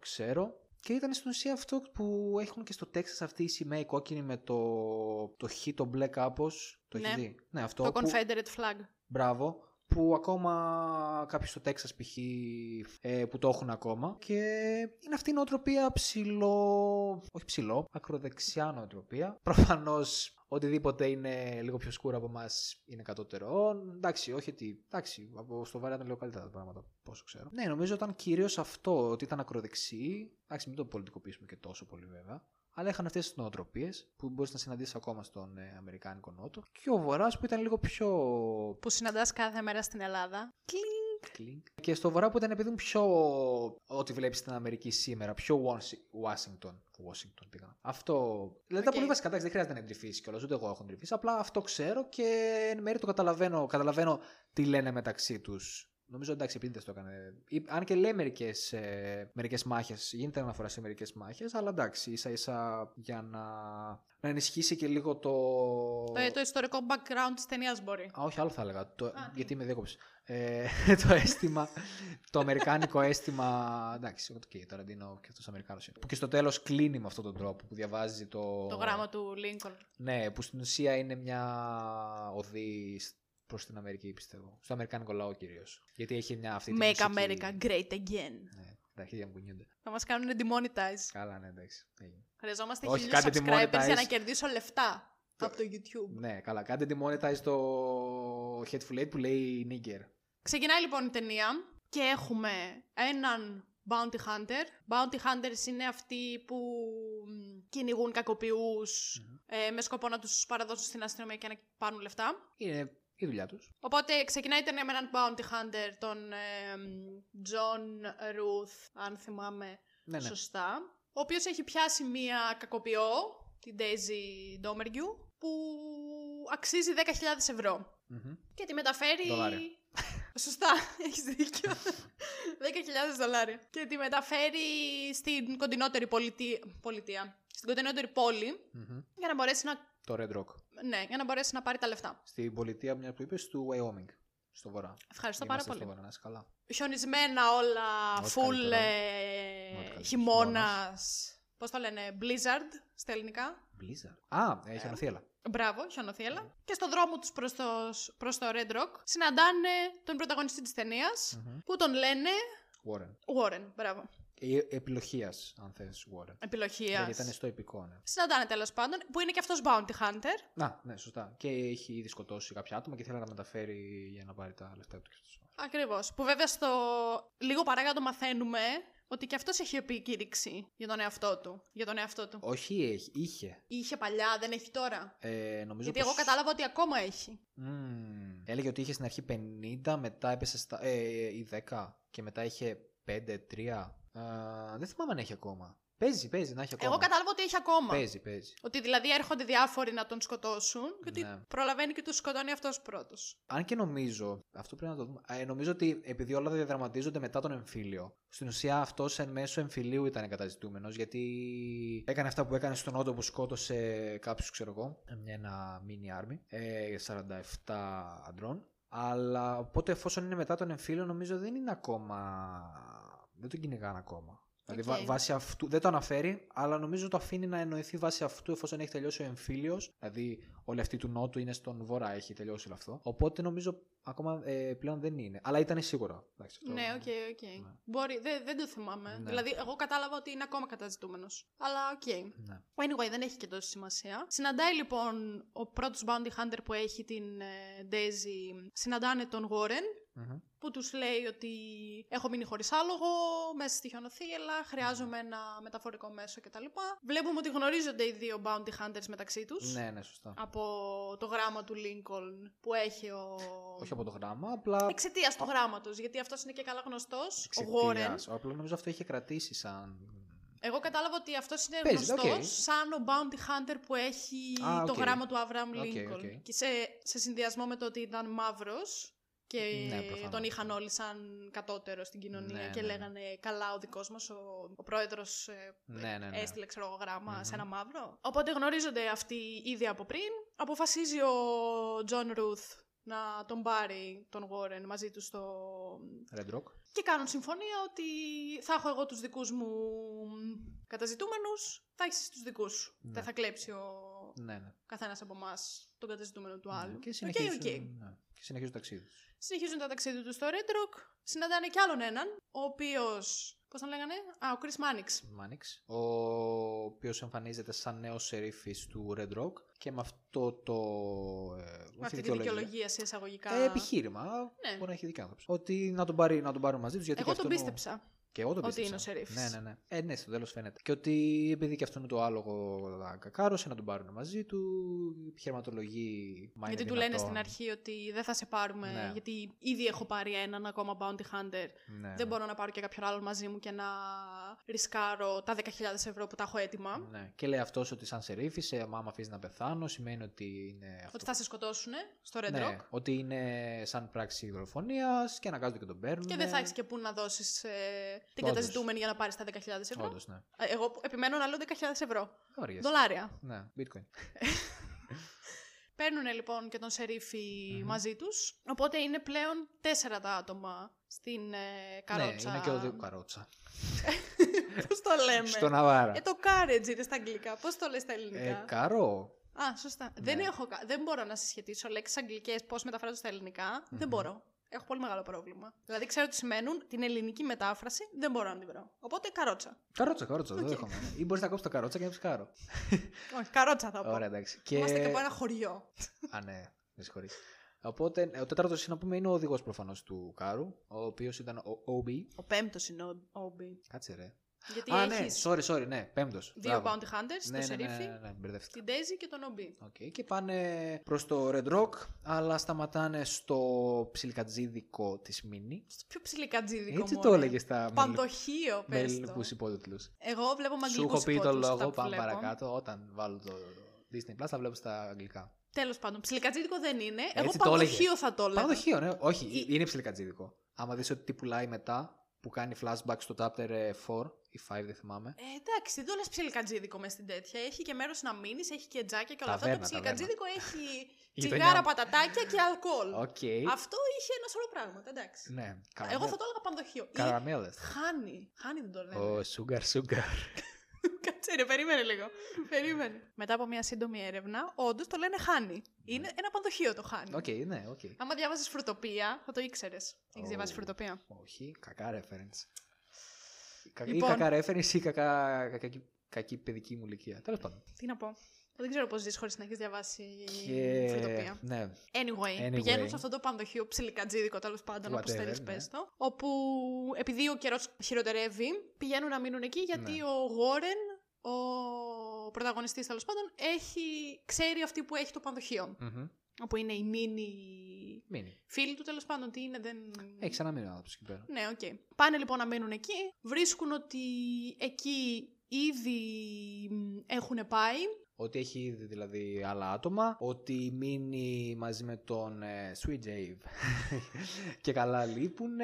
ξέρω. Και ήταν στην ουσία αυτό που έχουν και στο Τέξας αυτή η σημαία η κόκκινη με το, το χ, το μπλε κάπως. Το Ναι. έχει δει. Ναι, αυτό Το, που- Confederate Flag. Μπράβο. Που ακόμα κάποιοι στο Τέξας π.χ. ε, που το έχουν ακόμα. Και είναι αυτή η νοοτροπία ψηλό. Όχι ψηλό, ακροδεξιά νοοτροπία. Προφανώς οτιδήποτε είναι λίγο πιο σκούρο από εμάς είναι κατώτερο. Εντάξει, όχι ότι. Εντάξει, από στο βαριά ήταν λίγο καλύτερα τα πράγματα, πόσο ξέρω. Ναι, νομίζω ήταν κυρίως αυτό ότι ήταν ακροδεξιοί. Εντάξει, μην το πολιτικοποιήσουμε και τόσο πολύ βέβαια. Αλλά είχαν αυτές τις νοοτροπίες που μπορείς να συναντήσεις ακόμα στον ε, Αμερικάνικο Νότο. Και ο Βορράς που ήταν λίγο πιο Που συναντάς κάθε μέρα στην Ελλάδα. Κλινγκ. Κλικ. Και στο βορρά που ήταν επειδή είναι πιο. Ό,τι βλέπεις στην Αμερική σήμερα, πιο Wasing- Washington. Washington πήγα. Αυτό. Δηλαδή τα Οκ. πολύ βασικά εντάξει, δεν χρειάζεται να εντρυφήσει κιόλας, ούτε εγώ έχω εντρυφήσει. Απλά αυτό ξέρω και εν μέρει το καταλαβαίνω, καταλαβαίνω τι λένε μεταξύ τους. Νομίζω εντάξει, επειδή δεν το έκανε. Ή- Αν και λέει μερικές μερικές μάχες, γίνεται αναφορά σε μερικές μάχες, αλλά εντάξει, ίσα ίσα για να, να ενισχύσει και λίγο το. Ε, Το, το ιστορικό background της ταινίας μπορεί. Α, όχι, άλλο θα έλεγα. Το, τι. γιατί με διέκοψε. Ε, το αίσθημα, το αμερικάνικο αίσθημα. Εντάξει, οκ, okay, τώρα δίνω και αυτός Αμερικάνος. Που και στο τέλος κλείνει με αυτόν τον τρόπο που διαβάζει το. Το γράμμα του Lincoln. Ναι, που στην ουσία είναι μια οδή προς την Αμερική, πιστεύω. Στο αμερικάνικο λαό κυρίως. Γιατί έχει μια αυτή τη. Make μουσική- America great again. Ναι, τα χέρια μου κουνιούνται. Θα μας κάνουν demonetize. Καλά, ναι, εντάξει. έγινε. Χρειαζόμαστε Όχι, χίλιους κάντε subscribers για να demonetize. κερδίσω λεφτά από το YouTube. Ναι, καλά. Κάντε demonetize το Hateful Eight που λέει Nigger. Ξεκινάει λοιπόν η ταινία και έχουμε έναν bounty hunter. Bounty hunters είναι αυτοί που μ, κυνηγούν κακοποιούς, ε, με σκοπό να τους παραδώσουν στην αστυνομία και να πάρουν λεφτά. Είναι η δουλειά τους. Οπότε ξεκινάει η ταινία με έναν bounty hunter, τον ε, μ, John Ruth, αν θυμάμαι Ναι, ναι. σωστά, ο οποίος έχει πιάσει μία κακοποιό, την Daisy Domergue, που αξίζει 10.000 ευρώ. Μμμ. Και τη μεταφέρει. Δολάρια. Σωστά, έχεις δίκιο. 10.000 δολάρια. Και τη μεταφέρει στην κοντινότερη πολιτεία, πολιτεία. Στην κοντινότερη πόλη Μμμ. για να μπορέσει να, Το Red Rock. ναι, για να, μπορέσει να πάρει τα λεφτά. Στην πολιτεία μια που είπες του Wyoming. Στο βορρά. Ευχαριστώ πάρα Είμαστε Στο πολύ. βορρά, να είσαι καλά. Χιονισμένα όλα, ε, Ό,τι full καλύτερο. Ό,τι ε, καλύτερο. χειμώνας. Πώς το λένε, Blizzard στα ελληνικά. Blizzard. Α, ε, Ε. έχει ανωθεί, έλα. Μπράβο, χιονοθύελα. Και στο δρόμο τους προς το, προς το Red Rock συναντάνε τον πρωταγωνιστή της ταινιας Μμμ. που τον λένε Warren. Warren, μπράβο. ε, επιλογίας, αν θες, Warren. Επιλογίας. Γιατί ήταν στο επικό, ναι. Συναντάνε τέλος πάντων, που είναι και αυτός Bounty Hunter. Να, ναι, σωστά. Και έχει ήδη σκοτώσει κάποια άτομα και θέλει να τα μεταφέρει για να πάρει τα λεφτά του και στο Ακριβώς. Που βέβαια στο λίγο παρακάτω μαθαίνουμε ότι και αυτός έχει επικήρυξη για τον εαυτό του. Για τον εαυτό του. Όχι, έχει, είχε. Είχε παλιά, δεν έχει τώρα. Ε, νομίζω Γιατί πως- εγώ κατάλαβα ότι ακόμα έχει. Μμμ. Έλεγε ότι είχε στην αρχή 50, μετά έπεσε στα. Ε, ή 10 και μετά είχε 5, 3. Ε, δεν θυμάμαι αν έχει ακόμα. Παίζει, παίζει να έχει ακόμα. Εγώ κατάλαβα ότι έχει ακόμα. Παίζει, παίζει. Ότι δηλαδή έρχονται διάφοροι να τον σκοτώσουν και ότι Ναι. προλαβαίνει και τους σκοτώνει αυτός πρώτος. Αν και νομίζω, αυτό πρέπει να το δούμε. Ε, νομίζω ότι επειδή όλα διαδραματίζονται μετά τον εμφύλιο, στην ουσία αυτός εν μέσω εμφυλίου ήταν εγκαταζητούμενος, γιατί έκανε αυτά που έκανε στον Όντο που σκότωσε κάποιους, ξέρω εγώ, μια, ένα mini army, ε, 47 αντρών. Αλλά οπότε εφόσον είναι μετά τον εμφύλιο, νομίζω δεν είναι ακόμα. Δεν τον κυνηγάνε ακόμα. Δηλαδή, βα- Οκ. βάσει αυτού, δεν το αναφέρει, αλλά νομίζω το αφήνει να εννοηθεί βάσει αυτού εφόσον έχει τελειώσει ο εμφύλιος. Δηλαδή, όλη αυτή του Νότου είναι στον Βορρά, έχει τελειώσει όλο αυτό. Οπότε νομίζω ακόμα ε, πλέον δεν είναι. Αλλά ήταν σίγουρα. Εντάξει, αυτό- Ναι, οκ, οκ. Ναι. Μπορεί, δε- δεν το θυμάμαι. Ναι. Δηλαδή, εγώ κατάλαβα ότι είναι ακόμα καταζητούμενος. Αλλά οκ. Ναι. Anyway, δεν έχει και τόση σημασία. Συναντάει λοιπόν ο πρώτος bounty hunter που έχει την ε, Daisy, συναντάνε τον Warren Μμμ. που τους λέει ότι έχω μείνει χωρίς άλογο, μέσα στη χιονοθύελα, χρειάζομαι ένα μεταφορικό μέσο κτλ. Βλέπουμε ότι γνωρίζονται οι δύο bounty hunters μεταξύ τους. ναι, ναι, σωστά. Από το γράμμα του Lincoln που έχει ο... Όχι από το γράμμα, απλά. Εξαιτίας του γράμματος, γιατί αυτός είναι και καλά γνωστός, ο εξαιτίας. Warren. Απλά νομίζω αυτό είχε κρατήσει σαν. Εγώ κατάλαβα ότι αυτός είναι Παίζει, γνωστός οκ. σαν ο Bounty Hunter που έχει Α, το οκ. γράμμα του Αβραάμ Οκ, Λίνκολν. οκ. Και σε, σε συνδυασμό με το ότι ήταν μαύρος και Ναι, προφανώς. τον είχαν όλοι σαν κατώτερο στην κοινωνία Ναι, και ναι, ναι. λέγανε καλά ο δικός μας ο, ο πρόεδρος ε, Ναι, ναι, ναι. έστειλε ξέρω εγώ, γράμμα σε Μμμ. ένα μαύρο. Οπότε γνωρίζονται αυτοί ήδη από πριν. Αποφασίζει ο Τζον Ρουθ να τον πάρει τον Warren μαζί του στο, Red Rock. και κάνουν συμφωνία ότι θα έχω εγώ τους δικούς μου καταζητούμενους, θα έχεις εσύ τους δικούς σου. Ναι. Δεν θα κλέψει ο Ναι, ναι. καθένας από εμάς τον καταζητούμενο του άλλου. Ναι, Και Οκ, συνεχίζουν, οκ. ναι. και συνεχίζουν το ταξίδι τους. Συνεχίζουν τα ταξίδια τους στο Red Rock, συναντάνε κι άλλον έναν, ο οποίος, πώς τον λέγανε, α, ο Chris Mannix. Μάνιξ, ο οποίος εμφανίζεται σαν νέος σερίφης του Red Rock και με αυτό το. Ε, όχι Με αυτή τη δικαιολογία. δικαιολογία σε εισαγωγικά. Ε, επιχείρημα. Ναι. Μπορεί να έχει δίκιο άνθρωπο. Ότι να τον, πάρει, να τον πάρουν μαζί τους. Εγώ τον πίστεψα. Και εγώ τον ότι πίστεψα. είναι ο σερίφης. Ναι, ναι, ναι. Ε, ναι, στο τέλος φαίνεται. Και ότι επειδή και αυτό είναι το άλογο κακάρωσε, να τον πάρουν μαζί του. Επιχειρηματολογεί. μα γιατί είναι του λένε δυνατόν. στην αρχή ότι δεν θα σε πάρουμε, Ναι. γιατί ήδη έχω πάρει έναν ακόμα bounty hunter. Ναι, ναι. Δεν μπορώ να πάρω και κάποιον άλλον μαζί μου και να ρισκάρω τα 10.000 ευρώ που τα έχω έτοιμα. Ναι. Και λέει αυτός ότι σαν σερίφης, ε, άμα αφήσεις να πεθάνω, σημαίνει ότι είναι αυτό Ότι θα σε σκοτώσουν στο Red Ναι, Rock ότι είναι σαν πράξη δολοφονίας και αναγκάζονται και τον παίρνουν. και δεν θα έχεις και πού να δώσεις την Όντως. καταζητούμενη για να πάρεις τα 10.000 ευρώ. Όντως, ναι. Ε, Εγώ που- επιμένω να λέω 10.000 ευρώ. Όριες. Δολάρια. Ναι, bitcoin. Παίρνουν λοιπόν και τον σεριφη Μμμ. μαζί τους. Οπότε είναι πλέον τέσσερα τα άτομα στην ε, καρότσα. Ναι, είναι και ο Δ- καρότσα. Πώς το λέμε. Στο Ναβάρα. Ε, το carriage είναι στα αγγλικά. Πώς το λες στα Ε, ελληνικά. καρό. Α, σωστά. Δεν, Ναι. έχω, κα- δεν μπορώ να συσχετήσω λέξεις αγγλικές πώς μεταφράζονται στα ελληνικα Δεν Μμμ. μπορώ. Έχω πολύ μεγάλο πρόβλημα. Δηλαδή, ξέρω τι σημαίνουν, την ελληνική μετάφραση δεν μπορώ να την βρω. Οπότε καρότσα. Καρότσα, καρότσα, Οκ. δεν δέχομαι. Ή μπορείς να κόψεις το καρότσα και να πει κάρο. Όχι, καρότσα θα πω. Ωραία, εντάξει. Και... Είμαστε και από ένα χωριό. Α, ναι, με συγχωρείς. Οπότε, ε, ο τέταρτος να πούμε είναι ο οδηγός προφανώς του κάρου, ο οποίος ήταν ο OB. Ο πέμπτος είναι ο Όμπι. Κάτσε ρε. Γιατί Α, ναι, έχεις sorry, sorry, ναι, πέμπτος. δύο bounty hunters, τον ναι, ναι, ναι, Σερίφη, ναι, ναι, ναι, μπερδεύτηκα. την Daisy και τον Όμπι. Οκ, και πάνε προς το Red Rock, αλλά σταματάνε στο ψιλικατζίδικο της Μίνι. Στο πιο ψιλικατζίδικο. Έτσι μωρέ. το έλεγε στα Παντοχείο, με πες το. ελληνικούς υπότιτλους. Εγώ βλέπω με Σου αγγλικούς έχω πει το υπότιτλους, αυτά λόγο, που πάμε βλέπω. παρακάτω. Όταν βάλω το Disney Plus θα βλέπω στα αγγλικά. Τέλος πάντων, ψιλικατζίδικο δεν είναι. Εγώ Ε, Έτσι το έλεγες. παντοχείο θα το έλεγα. Πανδοχείο, ναι. Όχι, Η- είναι ψιλικατζίδικο. Άμα δεις ότι τι πουλάει μετά, που κάνει flashback στο chapter ε, 4 ή 5, δεν θυμάμαι. Ε, εντάξει, δεν το λες ψιλικατζίδικο μες στην τέτοια. Έχει και μέρος να μείνεις, έχει και τζάκια και όλα αυτά. Το Ταβέρνα, ψιλικατζίδικο έχει Γειτονιά. τσιγάρα, πατατάκια και αλκοόλ. Οκ. Αυτό είχε ένα σωρό πράγματα, εντάξει. Ναι, Εγώ θα το Ναι, έλεγα πανδοχείο. Ή Καραμέλες. χάνει. Χάνει δεν το λένε. Ο sugar sugar. Κάτσε ρε, περίμενε λίγο. περίμενε. Μετά από μια σύντομη έρευνα, όντως το λένε χάνει. Είναι ένα πανδοχείο το χάνει. Ναι. Οκ, ναι, οκ. Άμα διάβαζες φρουτοπία, θα το ήξερες. Έχεις Ω. διαβάσει φρουτοπία. Όχι, κακά reference. Κακή Λοιπόν. κακά reference ή κακά, κακή, κακή παιδική μου ηλικία. Τέλος πάντων. Τι να πω. Δεν ξέρω πώς ζεις χωρίς να έχεις διαβάσει Και... φροντοπία. Ναι, Anyway, Anyway. πηγαίνουμε σε αυτό το πανδοχείο ψιλικατζίδικο τέλος πάντων, όπως Whatever, θέλεις, πες ναι. το. Όπου επειδή ο καιρός χειροτερεύει, πηγαίνουν να μείνουν εκεί γιατί Ναι. ο Γόρεν, ο πρωταγωνιστής τέλος πάντων, έχει, ξέρει αυτή που έχει το πανδοχείο. Μμμ. Όπου είναι η μίνι Μείνει. φίλη του τέλος πάντων, τι είναι, δεν. Έχει ξαναμείνει ο άνθρωπος εκεί πέρα. Ναι, οκ. Πάνε λοιπόν να μείνουν εκεί. Βρίσκουν ότι εκεί ήδη έχουν πάει. Ότι έχει ήδη δηλαδή άλλα άτομα. Ότι μείνει μαζί με τον ε, Sweet Dave. και καλά λείπουν.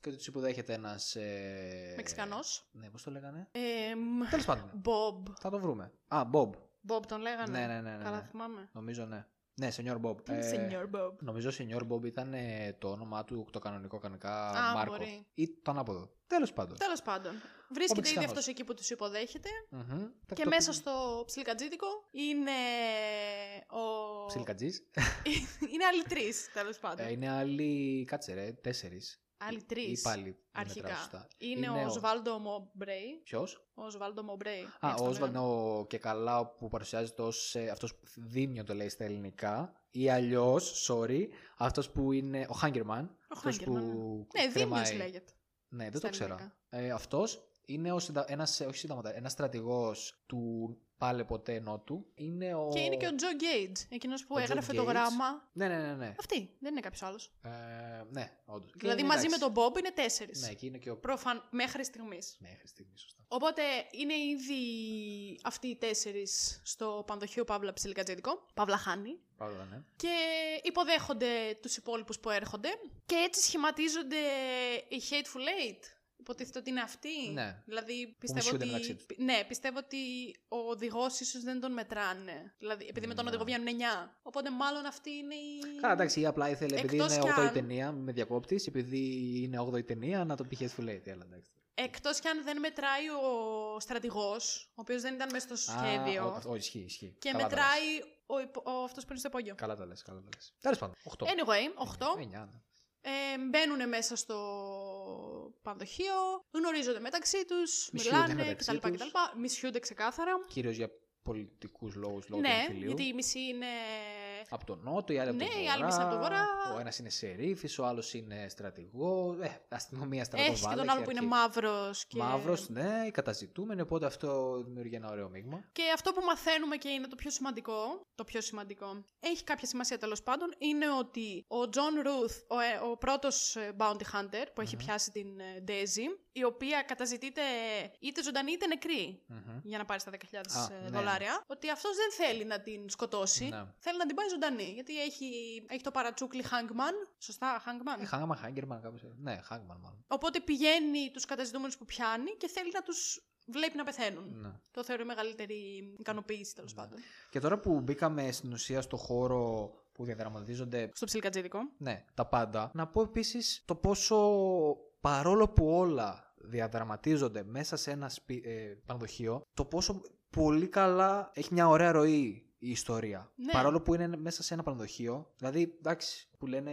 και ότι τους υποδέχεται ένας. Ε, Μεξικανός. Ναι, πώς το λέγανε. Εμ, Τέλος πάντων. Bob. Θα το βρούμε. Α, Bob. Bob τον λέγανε. Ναι, ναι, ναι, ναι, Καλά ναι. θυμάμαι. Νομίζω ναι. Ναι, Senior Bob. Τι είναι Senior Bob. Νομίζω Senior Bob ήταν ε, το όνομά του, το κανονικό κανονικά Α, Μάρκο. μπορεί. Ή το ανάποδο. Τέλος πάντων. Τέλος πάντων. Βρίσκεται ήδη Μεξικανός. αυτός εκεί που τους υποδέχεται. Μμμ. Και μέσα στο ψιλικατζίδικο είναι. Ο... Ψιλικατζής. είναι άλλοι τρεις, τέλος πάντων. Ε, Είναι άλλοι. Κάτσε ρε, τέσσερις. άλλοι τρει. Ή πάλι. δεν Αρχικά. μετράω σωστά. Είναι, ο Σβάλντο Μομπρέι. Ποιος? Ο Σβάλντο Μομπρέι. Α, ο Όσβαλντ ο και καλά που παρουσιάζεται ως αυτό δίμιο το λέει στα ελληνικά. Ή αλλιώς, sorry, αυτός που είναι. Ο Hungerman. Ο αυτός Hungerman, που Ναι, κρεμάει. Δήμιος λέγεται. Ναι, δεν στα το ξέρα. ελληνικά. Ε, αυτός είναι ο συντα... ένας, ε, όχι συνταγματάρχης, ένας στρατηγός του πάλε ποτέ νότου. Είναι ο... Και είναι και ο Τζο Γκέιτζ, εκείνος που Ο Joe έγραφε το Gage. γράμμα. Ναι, ναι, ναι, ναι. Αυτή, δεν είναι κάποιος άλλος. Ε, ναι, όντως. Και Δηλαδή είναι, μαζί με εντάξει. τον Bob είναι τέσσερις. Ναι, και είναι και ο... Προφαν... Μέχρι στιγμής. Μέχρι στιγμής, σωστά. Οπότε είναι ήδη αυτοί οι τέσσερις στο πανδοχείο Παύλα Ψιλικατζίδικο, Παύλα Χάνη, Πάρα ναι. και υποδέχονται τους υπόλοιπους που έρχονται. Και έτσι σχηματίζονται οι Hateful Eight. Υποτίθεται ότι είναι αυτοί. Ναι. Δηλαδή πιστεύω μισούνται ότι. μεταξύ τους. πι- Ναι, πιστεύω ότι ο οδηγός ίσως δεν τον μετράνε. Δηλαδή, επειδή με τον Ναι. οδηγό βγαίνουν 9. Οπότε μάλλον αυτοί είναι οι. Καλά, εντάξει, ή απλά ήθελε, επειδή Εκτός είναι κι 8η αν- ταινία, με διακόπτη, επειδή είναι 8η ταινία, να το πει Hateful Eight. Έλα, εντάξει. Εκτός κι αν δεν μετράει ο στρατηγός, ο οποίος δεν ήταν μέσα στο Α, σχέδιο. ο- αυτό- Όχι, ισχύει, ισχύει. Και Καλά τα λες. μετράει ο, υπο- ο αυτός που είναι στο υπόγειο. Καλά τα λες, καλά τα λες. Τέλος πάντων, Ε, 8. ναι, Anyway, 8. 9, ναι. Ε, μπαίνουν μέσα στο πανδοχείο, γνωρίζονται μεταξύ τους, Μισούνται μιλάνε μεταξύ κτλ. τους. κτλ. Μισιούνται ξεκάθαρα. Κυρίως για πολιτικούς λόγους, λόγω ναι, του εμφυλίου. γιατί η μισή είναι... Από τον Νότο, η άλλη από Ναι, τον Βορρά. η άλλη μισή από τον Βορρά. Ο ένας είναι σερίφης, ο άλλος είναι στρατηγός. Ε, αστυνομία στρατηγό. Έχεις και τον άλλο που είναι μαύρος. Και... Μαύρος, ναι, καταζητούμενοι, οπότε αυτό δημιουργεί ένα ωραίο μείγμα. Και αυτό που μαθαίνουμε και είναι το πιο σημαντικό, το πιο σημαντικό, έχει κάποια σημασία τέλος πάντων, είναι ότι ο Τζον Ρουθ, ο, ε, ο πρώτος ε, bounty hunter που εχει Μμμ. πιάσει την ε, Daisy, η οποία καταζητείται είτε ζωντανή είτε νεκρή Μμμ. για να πάρεις τα 10.000 Α, ε, ναι. δολάρια, ότι αυτός δεν θέλει να την σκοτώσει, Ναι. θέλει να την πάει ζωντανή, γιατί έχει, έχει το παρατσούκλι Hangman, σωστά, Hangman. Ε, Χάγμα, Χάγκερμαν, κάπως. ε, Ναι, Χάγκμαν μάλλον. Οπότε πηγαίνει τους καταζητούμενους που πιάνει και θέλει να τους βλέπει να πεθαίνουν. Ναι. Το θεωρεί μεγαλύτερη ικανοποίηση τέλος Ναι. πάντων. Και τώρα που μπήκαμε στην ουσία στο χώρο που διαδραματίζονται Στο ψιλικατζίδικο. ναι, τα πάντα, να πω επίσης το πόσο παρόλο που όλα διαδραματίζονται μέσα σε ένα σπι- ε, πανδοχείο, το πόσο πολύ καλά έχει μια ωραία ροή η ιστορία. Ναι. Παρόλο που είναι μέσα σε ένα πανδοχείο. Δηλαδή, εντάξει, που λένε.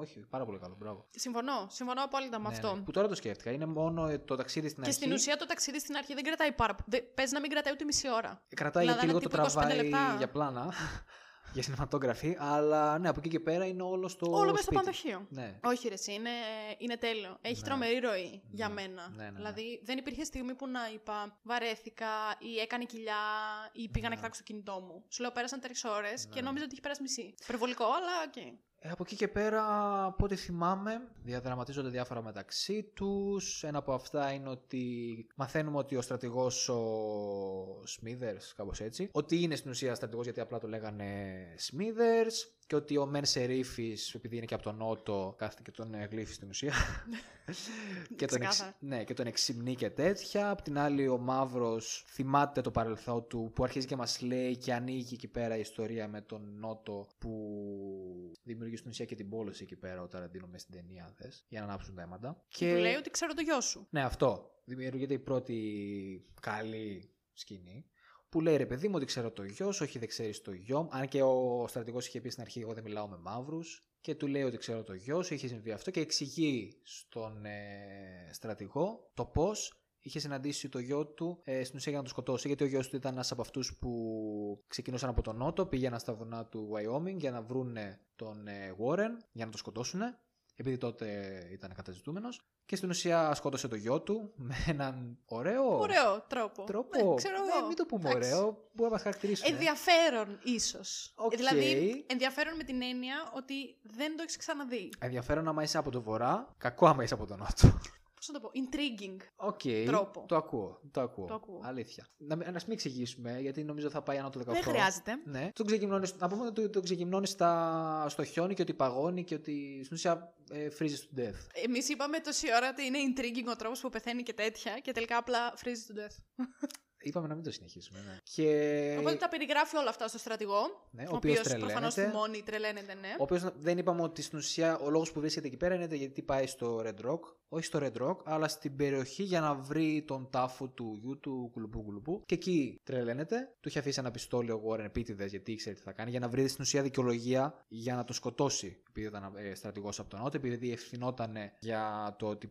Όχι, πάρα πολύ καλό, μπράβο. Συμφωνώ. Συμφωνώ απόλυτα με Ναι, αυτό. ναι. Που τώρα το σκέφτηκα. Είναι μόνο ε, το ταξίδι στην Και αρχή. στην ουσία το ταξίδι στην αρχή δεν κρατάει πάρα πολύ. Πες να μην κρατάει ούτε μισή ώρα. Κρατάει Δηλαδή, γιατί λίγο ένα το τύπου 25 τραβάει λεπτά. για πλάνα, για σινηματόγραφη, αλλά ναι, από εκεί και πέρα είναι όλο στο. Όλο μέσα στο σπίτι. πανδοχείο. Ναι. Όχι, ρε, εσύ, είναι, είναι τέλειο. Έχει Ναι. τρομερή ροή για Ναι. μένα. Ναι, ναι, ναι. Δηλαδή, δεν υπήρχε στιγμή που να είπα βαρέθηκα ή έκανε κοιλιά ή πήγα να Ναι. κοιτάξω το κινητό μου. Σου λέω πέρασαν τρεις ώρες και Ναι. νόμιζα ότι έχει περάσει μισή. Υπερβολικό, αλλά οκ. Ε, από εκεί και πέρα, από ό,τι θυμάμαι, διαδραματίζονται διάφορα μεταξύ τους. Ένα από αυτά είναι ότι μαθαίνουμε ότι ο στρατηγός ο Σμίδερ, κάπως έτσι, ότι είναι στην ουσία στρατηγός γιατί απλά το λέγανε Σμίδερ. Και ότι ο Μεν Σερίφης, επειδή είναι και από τον Νότο, κάθεται και τον ε, γλύφει στην ουσία. και, τον εξ, Ναι. Ξεκάθαρα. ναι, και τον εξυμνεί και τέτοια. Απ' την άλλη, ο Μαύρος θυμάται το παρελθόν του που αρχίζει και μας λέει και ανοίγει εκεί πέρα η ιστορία με τον Νότο που δημιουργεί στην ουσία και την πόλωση εκεί πέρα ο Ταραντίνο μες στην ταινία, αν θες, για να ανάψουν τα αίματα. Και του λέει ότι ξέρω το γιο σου. Ναι, αυτό. Δημιουργείται η πρώτη καλή σκηνή. Που λέει ρε παιδί μου ότι ξέρω το γιος σου, όχι δεν ξέρεις το γιο μου. Αν και ο στρατηγός είχε πει στην αρχή, εγώ δεν μιλάω με μαύρους. Και του λέει ότι ξέρω το γιος σου, είχε συμβεί αυτό και εξηγεί στον ε, στρατηγό το πώς είχε συναντήσει το γιο του ε, στην ουσία για να το σκοτώσει, γιατί ο γιος του ήταν ένας από αυτούς που ξεκινούσαν από τον Νότο, πήγαιναν στα βουνά του Wyoming για να βρούνε τον ε, Warren, για να το σκοτώσουν, επειδή τότε ήταν καταζητούμενος. Και στην ουσία σκότωσε το γιο του με έναν ωραίο. Ωραίο τρόπο. Τρόπο. Ναι, ξέρω Ναι, εγώ. μην το πούμε Εντάξει. Ε, ωραίο, μπορεί να μα χαρακτηρίσουν. Ενδιαφέρον, ίσως. Οκ. Δηλαδή, ενδιαφέρον με την έννοια ότι δεν το έχεις ξαναδεί. Ενδιαφέρον άμα είσαι από το βορρά, κακό άμα είσαι από τον νότο. Πώς να το πω, intriguing. Οκ. Τρόπο. Το ακούω. Το ακούω. Το ακούω. Αλήθεια. Να, μην- να μην εξηγήσουμε, γιατί νομίζω θα πάει ανά το 18. Δεν χρειάζεται. Ναι. Τον ξεγυμνώνεις, να πούμε ότι τον- τον ξεγυμνώνει στα, στο χιόνι και ότι παγώνει και ότι στην ουσία ε, freezes to death. Εμείς είπαμε τόση ώρα ότι είναι intriguing ο τρόπος που πεθαίνει και τέτοια και τελικά απλά freeze to death. Είπαμε να μην το συνεχίσουμε. Ναι. Και... Οπότε τα περιγράφει όλα αυτά στο στρατηγό. Ναι, ο ο οποίος οποίος τρελαίνεται. προφανώς θυμώνει, τρελαίνεται, ναι. Ο οποίος δεν είπαμε ότι στην ουσία ο λόγος που βρίσκεται εκεί πέρα είναι γιατί πάει στο Red Rock. Όχι στο Red Rock, αλλά στην περιοχή για να βρει τον τάφο του γιου του κουλουπού κουλουπού. Και εκεί τρελαίνεται. Του είχε αφήσει ένα πιστόλι ο Warren επίτηδες γιατί ήξερε τι θα κάνει. Για να βρει στην ουσία δικαιολογία για να τον σκοτώσει. Επειδή ήταν ε, στρατηγός από τον Νότο, επειδή ευθυνόταν για το ότι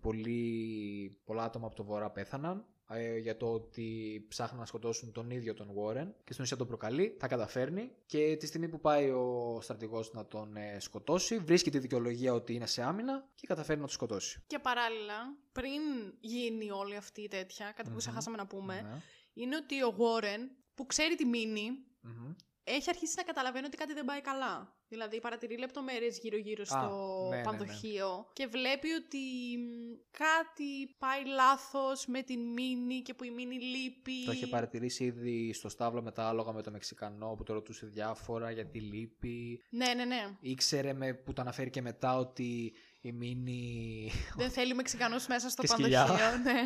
πολλοί, πολλά άτομα από τον Βορρά πέθαναν. ε, για το ότι ψάχνουν να σκοτώσουν τον ίδιο τον Warren και στην ουσία τον προκαλεί, τα καταφέρνει και τη στιγμή που πάει ο στρατηγός να τον ε, σκοτώσει βρίσκει τη δικαιολογία ότι είναι σε άμυνα και καταφέρνει να τον σκοτώσει. Και παράλληλα, πριν γίνει όλη αυτή η τέτοια, κάτι που Μμμ. ξεχάσαμε να πούμε, Ναι. είναι ότι ο Warren, που ξέρει τη μήνη, Μμμ. έχει αρχίσει να καταλαβαίνει ότι κάτι δεν πάει καλά. Δηλαδή, παρατηρεί λεπτομέρειες γύρω-γύρω Α, στο ναι, ναι, ναι. πανδοχείο και βλέπει ότι μ, κάτι πάει λάθος με την μήνη και που η μήνη λείπει. Το είχε παρατηρήσει ήδη στο στάβλο με τα άλογα με τον Μεξικανό που το ρωτούσε διάφορα γιατί λείπει. Ναι, ναι, ναι. Ήξερε με, που το αναφέρει και μετά ότι η Μίνη δεν θέλει Μεξικανού μέσα στο Και σκυλιά. πανδοχείο. ναι.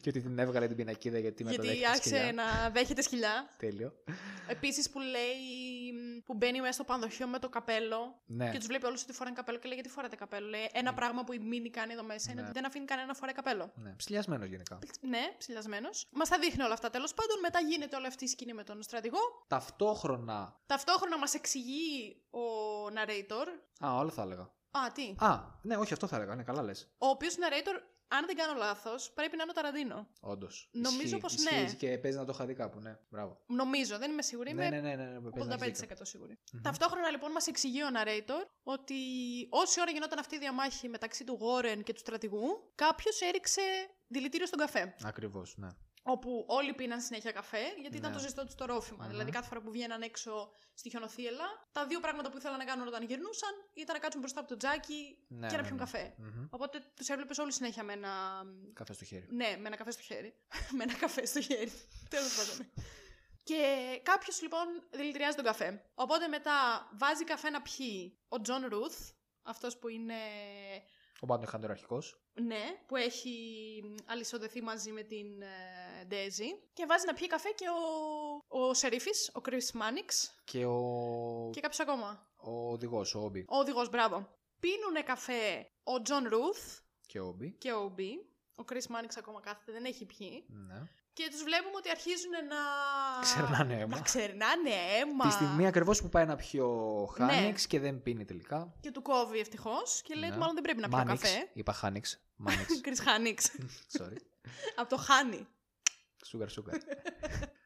και ότι την έβγαλε την πινακίδα γιατί Γιατί μεταδέχτηκε άρχισε σκυλιά. να δέχεται σκυλιά. Τέλειο. Επίσης που λέει μ, που μπαίνει μέσα στο πανδοχείο με το καπέλο Ναι. και τους βλέπει όλους ότι φοράνε καπέλο και λέει γιατί φοράτε καπέλο. Λέει, ένα πράγμα που η Μίνη κάνει εδώ μέσα είναι Ε. Ναι. ότι δεν αφήνει κανένα να φοράει καπέλο. ναι. Ψηλιασμένος γενικά. Ναι, ψηλιασμένος. Μας τα δείχνει όλα αυτά τέλος πάντων. Μετά γίνεται όλη αυτή η σκηνή με τον στρατηγό. Ταυτόχρονα. Ταυτόχρονα μας εξηγεί ο narrator. Α, όλα θα έλεγα. Α, τι. Α, ναι, όχι, αυτό θα έλεγα. Ναι, καλά λες. Ο οποίος narrator, αν δεν κάνω λάθος, πρέπει να είναι ο Ταραντίνο. Όντως. Νομίζω πως ναι. και παίζει να το είχα δει κάπου, ναι. Μπράβο. Νομίζω, δεν είμαι σίγουρη. Ναι, είμαι ναι, ναι, ναι, ναι, παίζει να έχεις 85% δίκιο. σίγουρη. Μμμ. Ταυτόχρονα λοιπόν μας εξηγεί ο narrator ότι όση ώρα γινόταν αυτή η διαμάχη μεταξύ του Γόρεν και του στρατηγού, κάποιος έριξε δηλητήριο στον καφέ. Ακριβώς, ναι. Όπου όλοι πίναν συνέχεια καφέ, γιατί ήταν Ναι. το ζεστό τους το ροφημα Μμμ. Δηλαδή, κάθε φορά που βγαίναν έξω στη χιονοθύελα, τα δύο πράγματα που ήθελαν να κάνουν όταν γυρνούσαν ήταν να κάτσουν μπροστά από το τζάκι Ναι, και να ναι, πιούν ναι. καφέ. Μμμ. Οπότε τους έβλεπες όλοι συνέχεια με ένα. Καφέ στο χέρι. Ναι, με ένα καφέ στο χέρι. με ένα καφέ στο χέρι. Τέλος πάντων. Και κάποιος λοιπόν δηλητηριάζει τον καφέ. Οπότε μετά βάζει καφέ να πιει ο Τζον Ρουθ, αυτός που είναι. Ο Μπάντο Χάντερ αρχικό. Ναι, που έχει αλυσοδεθεί μαζί με την Ντέζι. Και βάζει να πιει καφέ και ο, ο Σερίφης, ο Κρι Μάνιξ Και ο, και κάποιος ακόμα. ο οδηγός, ο Όμπι. Ο οδηγός, μπράβο. Πίνουνε καφέ ο Τζον Ρουθ Και ο Όμπι. και ο Μπι. Ο Κρι Μάνιξ ακόμα κάθεται, δεν έχει πιει. Ναι. Και τους βλέπουμε ότι αρχίζουν να. Ξερνάνε Να αίμα. ξερνάνε αίμα. Τη στιγμή ακριβώς που πάει να πιει ο Χάνιξ Ναι. και δεν πίνει τελικά. Και του κόβει ευτυχώς και λέει Ναι. ότι μάλλον δεν πρέπει να πιω Μάνιξ. καφέ. Είπα Χάνιξ. Μάνιξ. Κρι Χάνιξ. Sorry. Από το Χάνι. Sugar, sugar.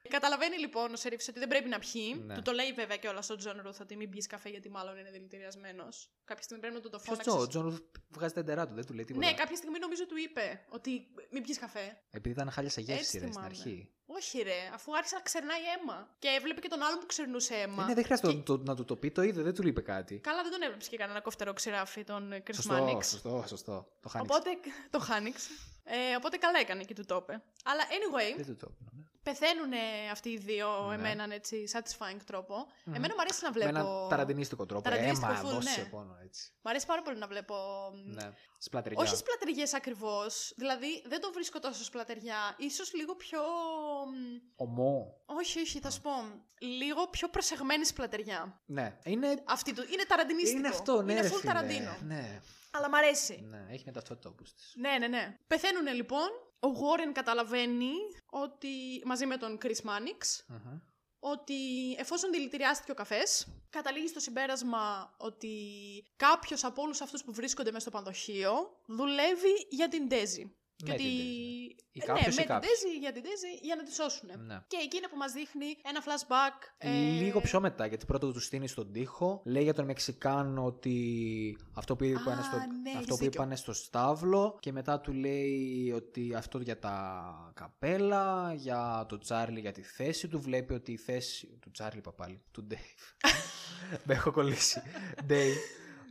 Καταλαβαίνει λοιπόν ο Σερίφης ότι δεν πρέπει να πιει. Ναι. Του το λέει βέβαια και όλα στον Τζον Ρουθ ότι μην πιει καφέ γιατί μάλλον είναι δηλητηριασμένος. Κάποια στιγμή πρέπει να του το Ποιος φώναξες. Τζο, ο Τζον Ρουθ βγάζει τα εντερά του, δεν του λέει τίποτα. Ναι, κάποια στιγμή νομίζω του είπε ότι μην πιει καφέ. Επειδή ήταν χάλια σε γεύση Έτσι ρε, στην θυμάμαι. αρχή. Όχι ρε, αφού άρχισε να ξερνάει αίμα. Και έβλεπε και τον άλλον που ξερνούσε αίμα. Ε, Ναι, δεν χρειάζεται να το- να του το πει, το είδε, δεν του είπε κάτι. Καλά, δεν τον έβλεψε και κανένα κοφτερό ξηράφι τον Κρι Σωστό, σωστό, σωστό. Το Χάνιξ. Οπότε το χάνιξε. Ε, οπότε καλά έκανε και του το είπε. Αλλά anyway, Δεν του το έπαιρνα, ναι. πεθαίνουν αυτοί οι δύο Ναι. με έναν έτσι satisfying τρόπο. Μμμ. Εμένα μου αρέσει να Με βλέπω. έναν ταραντινίστικο τρόπο. Ταραντινίστικο Έμα, full, δώσε ναι. πόνο έτσι. Μ' αρέσει πάρα πολύ να βλέπω. μ, Ναι. Σπλατεριά. Όχι σπλατεριές ακριβώς. Δηλαδή δεν το βρίσκω τόσο σπλατεριά. Ίσως λίγο πιο. μ, Ομό. Όχι, όχι, θα σου πω. Λίγο πιο προσεγμένη σπλατεριά. Ναι. Είναι, Αυτή του. Είναι ταραντινίστικο. είναι αυτό, ναι. Είναι ρε full φίλε. ταραντίνο. Ναι, Αλλά μ' αρέσει. ναι. Έχει μια ταυτότητα όπω τη. Ναι, ναι, ναι. Πεθαίνουν λοιπόν. Ο Γόρεν καταλαβαίνει ότι μαζί με τον Chris Mannix ότι εφόσον δηλητηριάστηκε ο καφές, καταλήγει στο συμπέρασμα ότι κάποιος από όλους αυτούς που βρίσκονται μέσα στο πανδοχείο δουλεύει για την Ντέζη. Και Με ότι... την Daisy, Ή Ε, κάποιος ή ναι, με την κάποιος. Daisy, για την Daisy, για να τη σώσουν. Ναι. Και εκείνη που μας δείχνει ένα flashback. ε, Λίγο πιο μετά, γιατί πρώτα του στείνει στον τοίχο. Λέει για τον Μεξικάνο ότι αυτό που είπαν, Α, στο, ναι, έχεις αυτό που δίκιο. είπανε στο Σταύλο. Και μετά του λέει ότι αυτό για τα καπέλα, για τον Τσάρλι για τη θέση του. Βλέπει ότι η θέση. του Τσάρλι είπα πάλι. Του Ντέιβ. Με έχω κολλήσει. Ντέιβ.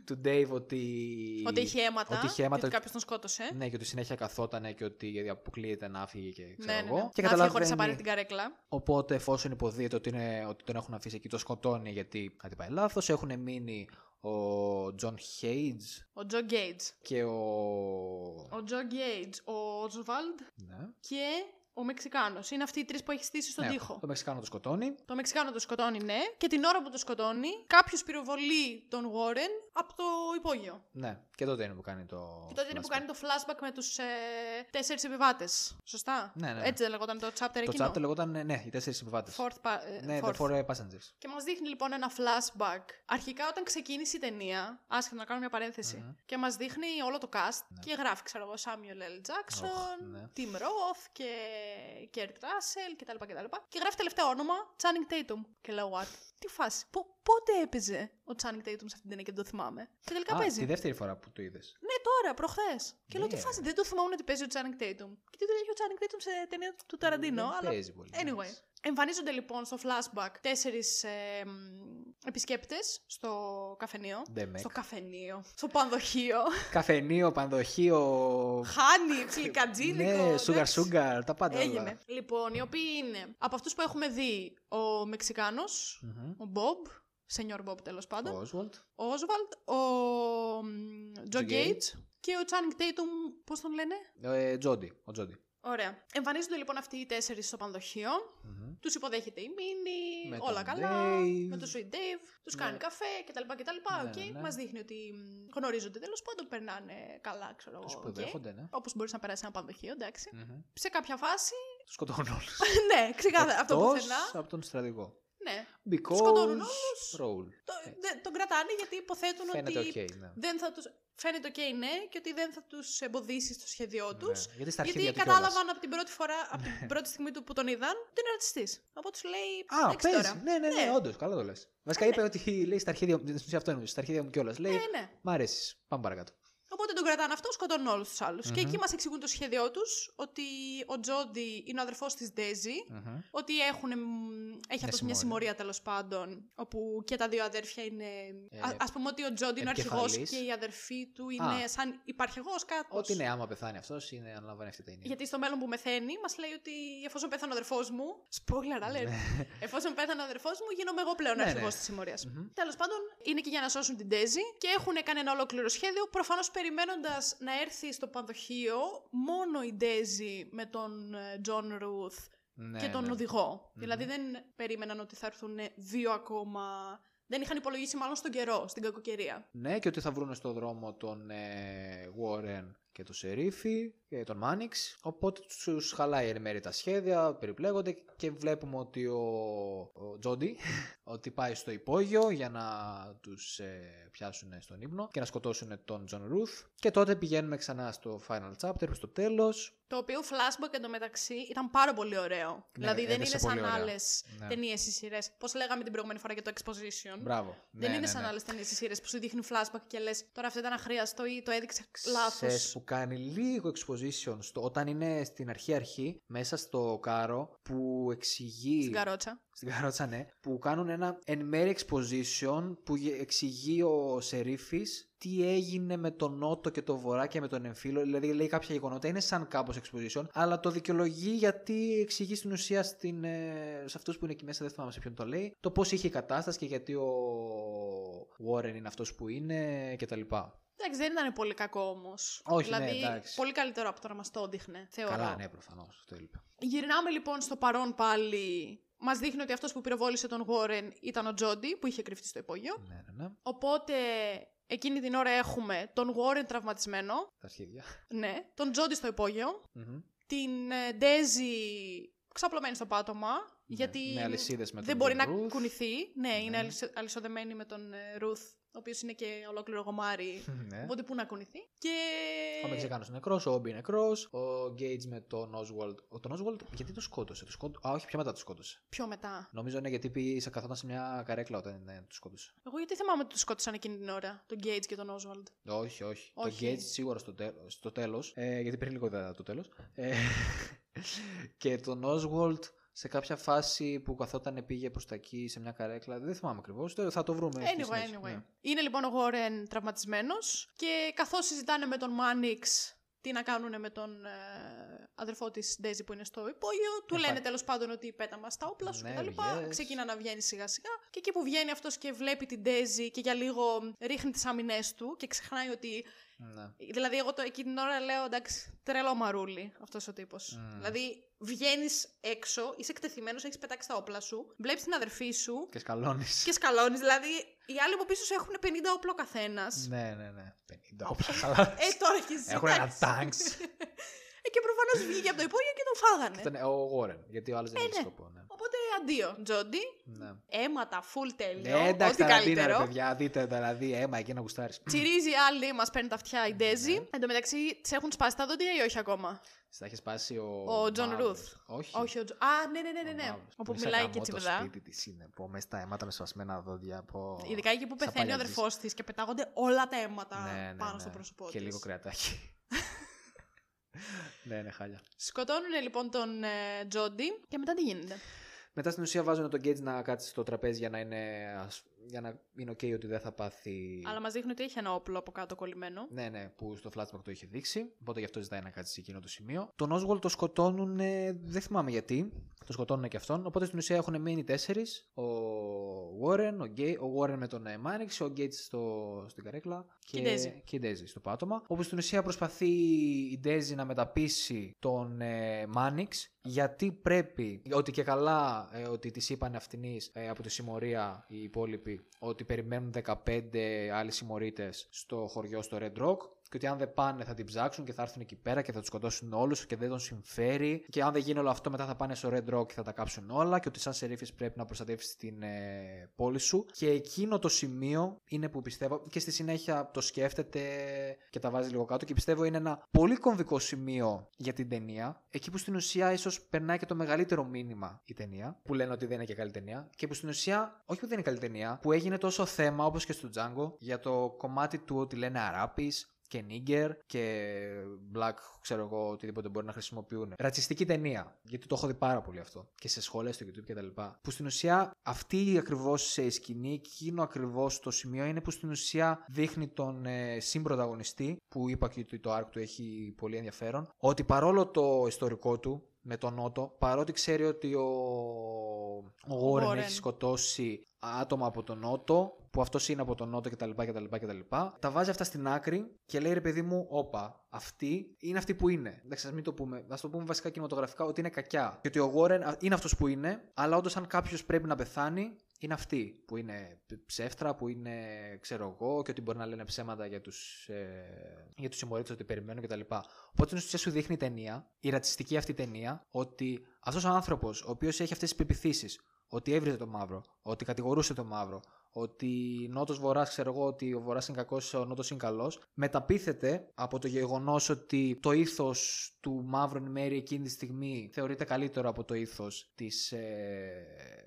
Του Ντέιβ ότι. Ότι είχε αίματα. Ότι είχε αίματα, Και ότι ότι- κάποιος τον σκότωσε. Ναι, και ότι συνέχεια καθότανε και ότι αποκλείεται να φύγει και ξέρω ναι, ναι, εγώ. ναι. Και να φύγει χωρίς να πάρει καταλαβαίνει- την καρέκλα. Οπότε, εφόσον υποδίεται ότι, είναι, ότι τον έχουν αφήσει εκεί, το σκοτώνει γιατί κάτι πάει λάθος. Έχουν μείνει ο Τζον Χέιτζ Ο Τζο Γκέιτ. και ο. Ο Τζο Γκέιτ, ο Οσβάλντ Ναι. και ο Μεξικάνος. Είναι αυτοί οι τρεις που έχει στήσει στον Ναι, τοίχο. Το Μεξικάνο το σκοτώνει. Το Μεξικάνο το σκοτώνει, ναι. Και την ώρα που το σκοτώνει, κάποιος πυροβολεί τον Warren από το υπόγειο. Ναι, και τότε είναι που κάνει το. Και τότε είναι που flashback. κάνει το flashback με τους ε, τέσσερις επιβάτες. Σωστά. Ναι, ναι, ναι. Έτσι δεν λεγόταν το chapter Το εκείνο. chapter λεγόταν ε, ναι, οι τέσσερις επιβάτες. Fourth, pa- ε, Ναι, fourth. the four passengers. Και μας δείχνει λοιπόν ένα flashback. Αρχικά, όταν ξεκίνησε η ταινία, άσχετα να κάνω μια παρένθεση, Μμμ. και μας δείχνει όλο το cast Ναι. και γράφει, ξέρω εγώ, Samuel L. Jackson, Οχ, ναι. Tim Roth και Kurt Russell κτλ. κτλ. Και γράφει τελευταίο όνομα Channing Tatum. Και λέω, what? Τι φάση. Πο- πότε έπαιζε ο Channing Tatum σε αυτή την ταινία και δεν το θυμάμαι. Και τελικά Α, Ε, παίζει. τη δεύτερη φορά που το είδες. Ναι, τώρα, προχθές. Και λέω, τι Ναι. φάση. Δεν το θυμάμαι ότι παίζει ο Channing Tatum. Και τι του λέει ο Channing Tatum σε ταινία του Ταραντίνο, αλλά Ε, Παίζει πολύ. Anyway, εντάξει. εμφανίζονται λοιπόν στο flashback τέσσερις ε, επισκέπτες στο καφενείο. Ντεμεκ. Στο καφενείο. Στο πανδοχείο. Καφενείο, πανδοχείο. Χάνι, ψιλικατζίδικο. Ναι, sugar εντάξει. sugar, τα πάντα. όλα. Έγινε. Λοιπόν, οι οποίοι είναι από αυτούς που έχουμε δει ο Μεξικάνος, Μμμ. ο Μπομπ, σενιόρ Μπομπ τέλος πάντων, Ο Oswald. ο Oswald, ο Τζο Joe Γκέιτ και ο Channing Tatum, πώς τον λένε. Ε, Τζόντι. Ο Τζόντι. Ωραία. Εμφανίζονται λοιπόν αυτοί οι τέσσερις στο πανδοχείο. Μμμ. Τους υποδέχεται η Μίνι, Με όλα τον καλά. Dave. Με τον Sweet Dave, τους Ναι. κάνει καφέ κτλ. κτλ. Ναι, Οκ, ναι, ναι. Μας δείχνει ότι μ, γνωρίζονται τέλος πάντων, περνάνε καλά, ξέρω Τους εγώ. υποδέχονται, ναι. Όπως μπορείς να περάσει ένα πανδοχείο, εντάξει. Μμμ. Σε κάποια φάση. Τους σκοτώνουν όλους. ναι, ξεκάθαρα. Αυτό Εκτός πουθενά. από τον στρατηγό. Ναι. Because σκοτώνουν Roll. Το, δε- τον κρατάνε γιατί υποθέτουν Φαίνεται ότι οκ. ναι. δεν θα τους... Φαίνεται οκ, ναι, και ότι δεν θα τους εμποδίσει στο σχέδιό του. Ναι. Γιατί στα αρχίδια Γιατί του κιόλας. Ναι. κατάλαβαν από την πρώτη φορά, από την πρώτη στιγμή του που τον είδαν, ότι είναι ρατσιστής. Οπότε τους λέει. Α, «Εντάξει παίζει. τώρα. Ναι, ναι, ναι, Ναι. όντως, Καλά το λες. Βασικά είπε ότι λέει στα αρχίδια μου. στην ουσία αυτό είναι, Στα αρχίδια μου κιόλας. Λέει. Ναι, ναι. Μ' αρέσεις. Πάμε παρακάτω. Οπότε τον κρατάνε αυτό, σκοτώνουν όλους τους αλλου Και Μμμ. εκεί μας εξηγούν το σχέδιό τους ότι ο Τζόντι είναι ο αδερφός της Ντέζι. Μμμ. Ότι έχουν, μ, έχει αυτός μια συμμόρια. συμμορία τέλος πάντων, όπου και τα δύο αδέρφια είναι. Ε, α ας πούμε ότι ο Τζόντι είναι ο αρχηγός επικεφαλής. και η αδερφή του είναι σαν υπαρχηγός κάπως. Ό,τι ναι, άμα πεθάνει αυτός, είναι αναλαμβάνει αυτή τα είναι. Γιατί στο μέλλον που μεθαίνει, μας λέει ότι εφόσον πέθανε ο αδερφός μου. Spoiler alert. εφόσον πέθανε ο αδερφός μου, γίνομαι εγώ πλέον Ναι, ναι. αρχηγό της συμμορίας. Μμμ. Τέλος πάντων, είναι και για να σώσουν την Τέζη και έχουν κάνει ένα ολόκληρο σχέδιο. Προφανώς περιμένοντας να έρθει στο πανδοχείο μόνο η Ντέζη με τον Τζον Ρουθ Ναι, και τον ναι. οδηγο Μμμ. Δηλαδή δεν περίμεναν ότι θα έρθουν δύο ακόμα. Δεν είχαν υπολογίσει μάλλον στον καιρό, στην κακοκαιρία. Ναι, και ότι θα βρουν στο δρόμο τον ε, Warren και τον Σερίφη και τον Μάνιξ. Οπότε τους χαλάει εν μέρει τα σχέδια, περιπλέγονται και βλέπουμε ότι ο, ο Τζόντι ότι πάει στο υπόγειο για να τους ε, πιάσουν στον ύπνο και να σκοτώσουν τον Τζον Ρουθ. Και τότε πηγαίνουμε ξανά στο final chapter, στο τέλος. Το οποίο flashback εντωμεταξύ ήταν πάρα πολύ ωραίο. δηλαδή δεν έδεσε είναι Ναι, πολύ σαν ωραία. άλλες Ναι. ταινίες ή σειρές. Πώς λέγαμε την προηγούμενη φορά για το exposition. Μπράβο. Ναι, Δεν είναι σαν άλλες ταινίες ή σειρές που σου δείχνουν flashback και λες τώρα αυτό ήταν αχρίαστο ή το έδειξε λάθο. Ξέρεις που κάνει λίγο exposition στο, όταν είναι στην αρχή-αρχή μέσα στο κάρο που εξηγεί Στην καρότσα. στην καρότσα, ναι, που κάνουν ένα εν μέρη exposition που γε- εξηγεί ο Σερίφης τι έγινε με τον Νότο και τον Βορρά και με τον Εμφύλιο. Δηλαδή λέει κάποια γεγονότα, είναι σαν κάπως exposition, αλλά το δικαιολογεί γιατί εξηγεί στην ουσία στην, ε, σε αυτούς που είναι εκεί μέσα, δεν θυμάμαι σε ποιον το λέει, το πώς είχε η κατάσταση και γιατί ο Warren είναι αυτός που είναι κτλ. Εντάξει, δεν ήταν πολύ κακό όμως. Όχι, ναι, δηλαδή, εντάξει. πολύ καλύτερο από το να μας το έδειχνε, θεωρώ. Καλά, ναι, προφανώς, αυτό έλειπε. Γυρνάμε λοιπόν στο παρόν πάλι. Μας δείχνει ότι αυτός που πυροβόλησε τον Γόρεν ήταν ο Τζόντι που είχε κρυφτεί στο υπόγειο. Ναι, ναι, ναι, Οπότε εκείνη την ώρα έχουμε τον Γόρεν τραυματισμένο. τα αρχίδια. Ναι. Τον Τζόντι στο υπόγειο. Μμμ. Την ε, Ντέζι ξαπλωμένη στο πάτωμα. Ναι, Γιατί με αλυσίδες με δεν τον μπορεί John να Ruth. κουνηθεί. Ναι, είναι Ναι. αλυσο- αλυσοδεμένη με τον ε, Ρουθ ο οποίος είναι και ολόκληρο γομάρι. ναι. Οπότε πού να κουνηθεί. Και. Ο Μεξικάνο είναι νεκρός, ο Όμπι είναι νεκρός, ο Γκέιτ με τον Oswald. Ο, τον Oswald γιατί το σκότωσε. Το σκότω... Α, όχι, πιο μετά το σκότωσε. Πιο μετά. Νομίζω είναι γιατί πήγε, σε- καθόταν σε μια καρέκλα όταν ε, το σκότωσε. Εγώ γιατί θυμάμαι ότι του σκότωσαν εκείνη την ώρα, τον Gates και τον Oswald. Όχι, όχι. Το Όχι. Gates σίγουρα στο, τέλο, στο τέλος, ε, γιατί πριν λίγο είδα το τέλος. Ε, και τον Oswald σε κάποια φάση που καθόταν πήγε προς τα εκεί σε μια καρέκλα. Δεν θυμάμαι ακριβώς, το- θα το βρούμε. στη Anyway, συνέχεια, anyway. ναι. Είναι λοιπόν ο Γόρεν τραυματισμένος και καθώς συζητάνε με τον Μάνιξ τι να κάνουν με τον ε, αδερφό της Ντέζι που είναι στο υπόγειο, του Ε, λένε πάει. τέλος πάντων ότι πέτα μας τα όπλα σου Ναι, κτλ. βγες. Ξεκινά να βγαίνει σιγά σιγά. Και εκεί που βγαίνει αυτός και βλέπει την Ντέζι και για λίγο ρίχνει τις αμυνές του και ξεχνάει ότι. Ναι. Δηλαδή, εγώ το, εκείνη την ώρα λέω εντάξει, τρελό μαρούλι αυτός ο τύπος. Μμ. Δηλαδή, βγαίνεις έξω, είσαι εκτεθειμένος, έχεις πετάξει τα όπλα σου, βλέπεις την αδερφή σου Και σκαλώνεις. και σκαλώνεις. Δηλαδή, οι άλλοι από πίσω σου έχουν 50 όπλο καθένας. Ναι, ναι, ναι. 50 όπλα καλά. Ε, τώρα έχεις Έχουν Ναι. ένα τάγκς. ε, και προφανώς βγήκε από το υπόγειο και τον φάγανε. Ναι. Ήταν ο Γόρεν, γιατί ο άλλος δεν Ε, έχει ναι. σκοπό. Ναι. Οπότε αντίο, Τζόντι. Ναι. Αίματα, full τέλειο. Ναι, εντάξει, ό,τι ταραντίνα, ρε καλύτερο. παιδιά. Δείτε δηλαδή αίμα εκεί να γουστάρεις. Τσιρίζει η άλλη, μας παίρνει τα αυτιά η Ντέζι. Ναι. Εν τω μεταξύ, τη έχουν σπάσει τα δόντια ή όχι ακόμα. Στα έχει σπάσει ο. Ο John Μαύρος. Όχι. Όχι, ο Τζο- Α, ναι, ναι, ναι, ναι. ο ναι. Μαύρος. Όπου Που μιλάει σαν και γαμό Το τσιμπδά. σπίτι της είναι. Πω, μέσα στα αίματα με σπασμένα δόντια. Πω... Ειδικά εκεί που Σαν πεθαίνει ο παλιατζής. αδερφός της και πετάγονται όλα τα αίματα Ναι, ναι, πάνω ναι. στο πρόσωπό τη. Και λίγο κρεατάκι. ναι, είναι χάλια. Σκοτώνουν λοιπόν τον ε, Τζόντι και μετά τι γίνεται. Μετά στην ουσία βάζουν τον Γκέιτ να κάτσει στο τραπέζι για να είναι, ας- για να είναι OK ότι δεν θα πάθει. Αλλά μας δείχνει ότι έχει ένα όπλο από κάτω κολλημένο. Ναι, ναι, που στο flashback το είχε δείξει. Οπότε γι' αυτό ζητάει να κάτσει σε εκείνο το σημείο. Τον Oswald το σκοτώνουν, ε, δεν θυμάμαι γιατί. Το σκοτώνουν και αυτόν. Οπότε στην ουσία έχουν μείνει τέσσερις. Ο Warren, ο, Γκέ, ο Warren με τον ε, Mannix, ο Gates στο, στην καρέκλα. Και η Daisy. και η Daisy στο πάτωμα. Όπου στην ουσία προσπαθεί η Daisy να μεταπίσει τον ε, Mannix γιατί πρέπει, ότι και καλά ε, ότι της είπαν αυτινής ε, από τη συμμορία οι υπόλοιποι ότι περιμένουν 15 άλλοι συμμορίτες στο χωριό στο Red Rock και ότι αν δεν πάνε θα την ψάξουν και θα έρθουν εκεί πέρα και θα τους σκοτώσουν όλους και δεν τον συμφέρει και αν δεν γίνει όλο αυτό μετά θα πάνε στο Red Rock και θα τα κάψουν όλα και ότι σαν σερίφης πρέπει να προστατεύσεις την ε, πόλη σου και εκείνο το σημείο είναι που πιστεύω και στη συνέχεια το σκέφτεται και τα βάζει λίγο κάτω και πιστεύω είναι ένα πολύ κομβικό σημείο για την ταινία εκεί που στην ουσία ίσως περνάει και το μεγαλύτερο μήνυμα η ταινία που λένε ότι δεν είναι και καλή ταινία και που στην ουσία όχι που δεν είναι καλή ταινία που έγινε τόσο θέμα όπως και στο Django για το κομμάτι του ότι λένε αράπης και νίγκερ και black, ξέρω εγώ, οτιδήποτε μπορεί να χρησιμοποιούν. Ρατσιστική ταινία. Γιατί το έχω δει πάρα πολύ αυτό. Και σε σχόλια στο YouTube κτλ. Που στην ουσία αυτή ακριβώς η σκηνή, εκείνο ακριβώς το σημείο είναι που στην ουσία δείχνει τον ε, συμπροταγωνιστή, που είπα και ότι το arc του έχει πολύ ενδιαφέρον, ότι παρόλο το ιστορικό του με τον Νότο, παρότι ξέρει ότι ο, ο Γόρεν Warren. έχει σκοτώσει άτομα από τον Νότο, που αυτός είναι από τον Νότο κτλ. κτλ, κτλ. Τα βάζει αυτά στην άκρη και λέει ρε παιδί μου, όπα, αυτή είναι αυτή που είναι. Εντάξει, ας μην το πούμε. Ας το πούμε βασικά κινηματογραφικά ότι είναι κακιά. Και ότι ο Γόρεν α, είναι αυτός που είναι, αλλά όντως αν κάποιος πρέπει να πεθάνει, είναι αυτή που είναι ψεύτρα, που είναι ξέρω εγώ και ότι μπορεί να λένε ψέματα για τους, ε, για τους συμμορίτες ότι περιμένουν κτλ. Οπότε στην ουσία σου δείχνει η ταινία, η ρατσιστική αυτή ταινία, ότι αυτός ο άνθρωπος ο οποίος έχει αυτές τις πεπιθήσεις, ότι έβριζε το μαύρο, ότι κατηγορούσε το μαύρο, ότι νότος βορράς ξέρω εγώ ότι ο βορράς είναι κακός, ο νότος είναι καλός μεταπίθεται από το γεγονός ότι το ήθος του μαύρου εν μέρη εκείνη τη στιγμή θεωρείται καλύτερο από το ήθος της ε,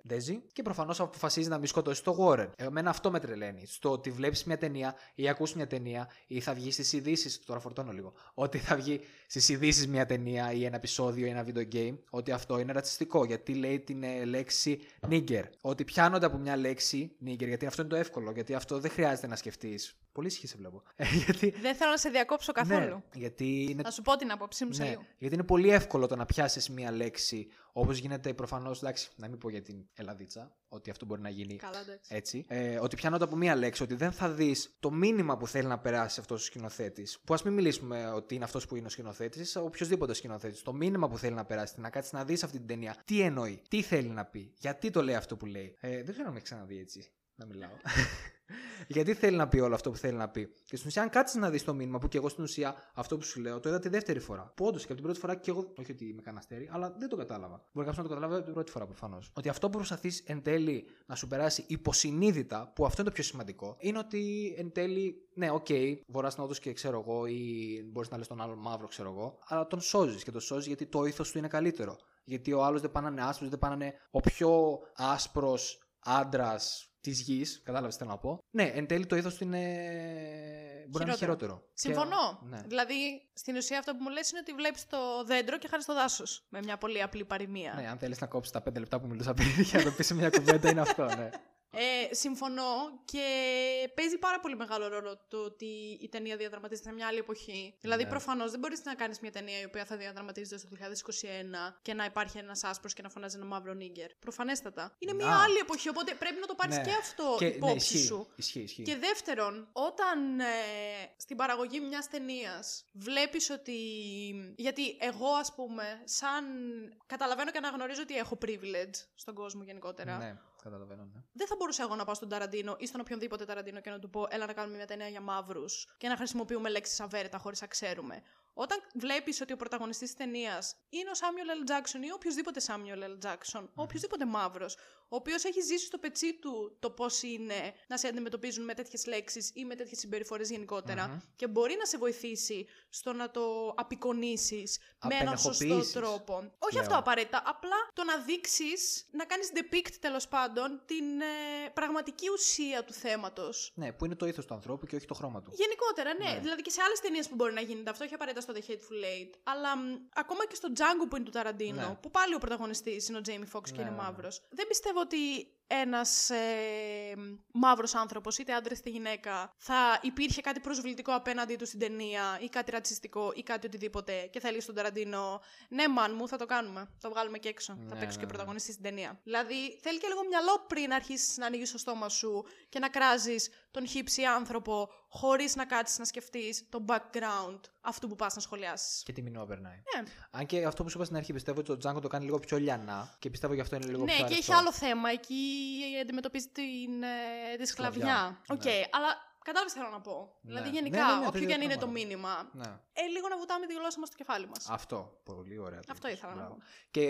Ντέζη και προφανώς αποφασίζει να μην σκοτώσει το Γόρεν. Εμένα αυτό με τρελαίνει. Στο ότι βλέπεις μια ταινία ή ακούς μια ταινία ή θα βγει στις ειδήσεις, τώρα φορτώνω λίγο, ότι θα βγει στις ειδήσεις μια ταινία ή ένα επεισόδιο ή ένα video game, ότι αυτό είναι ρατσιστικό. Γιατί λέει την ε, λέξη nigger. Ότι πιάνονται από μια λέξη nigger, γιατί αυτό είναι το εύκολο. Γιατί αυτό δεν χρειάζεται να σκεφτείς. Πολύ ισχύ σε βλέπω. Ε, γιατί. Δεν θέλω να σε διακόψω καθόλου. Ναι, γιατί είναι Θα σου πω την άποψή μου σε ναι, λίγο. γιατί είναι πολύ εύκολο το να πιάσεις μία λέξη όπως γίνεται προφανώς. Εντάξει, να μην πω για την Ελλαδίτσα, ότι αυτό μπορεί να γίνει Καλά, εντάξει. έτσι. Ε, ότι πιάνονται από μία λέξη, ότι δεν θα δεις το μήνυμα που θέλει να περάσει αυτός ο σκηνοθέτης. Που ας μην μιλήσουμε ότι είναι αυτός που είναι ο σκηνοθέτης, οποιοδήποτε σκηνοθέτης. Το μήνυμα που θέλει να περάσει, να κάτσεις να δεις αυτή την ταινία. Τι εννοεί, τι θέλει να πει, γιατί το λέει αυτό που λέει. Ε, δεν ξέρω αν με έχει ξαναδεί έτσι. να μιλάω. Γιατί θέλει να πει όλο αυτό που θέλει να πει. Και στην ουσία, αν κάτσεις να δεις το μήνυμα που και εγώ στην ουσία αυτό που σου λέω, το είδα τη δεύτερη φορά. Που όντως και από την πρώτη φορά και εγώ, όχι ότι με καναστέρι, αλλά δεν το κατάλαβα. Μπορεί κάποιος να το καταλάβει από την πρώτη φορά προφανώς. Ότι αυτό που προσπαθείς εν τέλει να σου περάσει υποσυνείδητα, που αυτό είναι το πιο σημαντικό, είναι ότι εν τέλει, ναι, οκ, okay, βορρά να και ξέρω εγώ, ή μπορείς να λες τον άλλον μαύρο, ξέρω εγώ, αλλά τον σώζεις και τον σώζεις γιατί το ήθος του είναι καλύτερο. Γιατί ο άλλος δεν πάνε να είναι άσπρος, δεν πάνε να είναι ο πιο άσπρος άντρας της γης. Κατάλαβες τι θέλω να πω. Ναι, εν τέλει το είδος του είναι. Μπορεί να είναι χειρότερο. Συμφωνώ. Και- ναι. Δηλαδή, στην ουσία αυτό που μου λες είναι ότι βλέπεις το δέντρο και χάνεις το δάσος. Με μια πολύ απλή παροιμία. Ναι, αν θέλεις να κόψεις τα 5 λεπτά που μιλούσα πριν για να το πεις σε μια κουβέντα, είναι αυτό, ναι. Ε, συμφωνώ και παίζει πάρα πολύ μεγάλο ρόλο το ότι η ταινία διαδραματίζεται σε μια άλλη εποχή. Δηλαδή, Ναι. προφανώς δεν μπορείς να κάνεις μια ταινία η οποία θα διαδραματίζεται στο 2021 και να υπάρχει ένας άσπρος και να φωνάζει ένα μαύρο νίγκερ. Προφανέστατα. Είναι μια Να. άλλη εποχή, οπότε πρέπει να το πάρεις Ναι. και αυτό Και- ναι, υπόψη ισχύει. σου. Ισχύει, ισχύει. Και δεύτερον, όταν ε, στην παραγωγή μιας ταινίας βλέπεις ότι. Γιατί εγώ, ας πούμε, σαν. Καταλαβαίνω και αναγνωρίζω ότι έχω privilege στον κόσμο γενικότερα. Ναι, καταλαβαίνω, ναι. Δεν θα μπορούσα εγώ να πάω στον Ταραντίνο ή στον οποιονδήποτε Ταραντίνο και να του πω: Έλα να κάνουμε μια ταινία για μαύρους και να χρησιμοποιούμε λέξεις αβέρετα χωρίς να ξέρουμε. Όταν βλέπεις ότι ο πρωταγωνιστής της ταινίας είναι ο Σάμιουελ Ελ Τζάξον ή οποιοδήποτε Σάμιουελ Ελ Ναι. Τζάξον, ο οποιοδήποτε μαύρος, ο οποίος έχει ζήσει στο πετσί του το πώς είναι να σε αντιμετωπίζουν με τέτοιες λέξεις ή με τέτοιες συμπεριφορές Μμμ. και μπορεί να σε βοηθήσει στο να το απεικονίσεις με έναν σωστό Απενεχοποιήσεις. τρόπο. Όχι Λέω. αυτό απαραίτητα. Απλά το να δείξεις, να κάνεις depict τέλος πάντων την ε, πραγματική ουσία του θέματος. Ναι, που είναι το ήθος του ανθρώπου και όχι το χρώμα του. Γενικότερα, ναι. Ναι. Δηλαδή και σε άλλες ταινίες που μπορεί να γίνεται αυτό, όχι απαραίτητα στο The Hateful Eight. Αλλά μ, ακόμα και στο Django που είναι του Ταραντίνο, Ναι. που πάλι ο πρωταγωνιστής είναι ο Jamie Foxx και Ναι, είναι ναι, ναι. μαύρος. Δεν πιστεύω ότι ένας ε, μαύρος άνθρωπος, είτε άντρα είτε γυναίκα, θα υπήρχε κάτι προσβλητικό απέναντί του στην ταινία ή κάτι ρατσιστικό ή κάτι οτιδήποτε και θα έλεγε στον Ταραντίνο Ναι, μαν μου, θα το κάνουμε. Το βγάλουμε και έξω. θα Ναι, παίξω και ναι, ναι. πρωταγωνιστής στην ταινία. Δηλαδή θέλει και λίγο μυαλό πριν αρχίσεις να ανοίγεις το στόμα σου και να κράζεις τον χύψη άνθρωπο χωρίς να κάτσεις να σκεφτείς το background αυτού που πας να σχολιάσεις. Και τι μηνύμα περνάει. Ναι. Αν και αυτό που σου είπα στην αρχή, πιστεύω ότι το Django το κάνει λίγο πιο λιανά και πιστεύω γι' αυτό είναι λίγο ναι, πιο και έχει αρεστό. άλλο θέμα. Εκεί αντιμετωπίζει την, ε, τη σκλαβιά. Σκλαβιά, Οκ, ναι. αλλά κατάλαβες τι θέλω να πω. Ναι. Δηλαδή, Ναι, γενικά, ναι, ναι, όποιο το και αν ίδιο είναι το πράγμα. μήνυμα, Ναι. ε, λίγο να βουτάμε τη γλώσσα μας στο κεφάλι μας. Αυτό. Πολύ ωραία. το Αυτό είπες. ήθελα να Μπράβο. πω. Και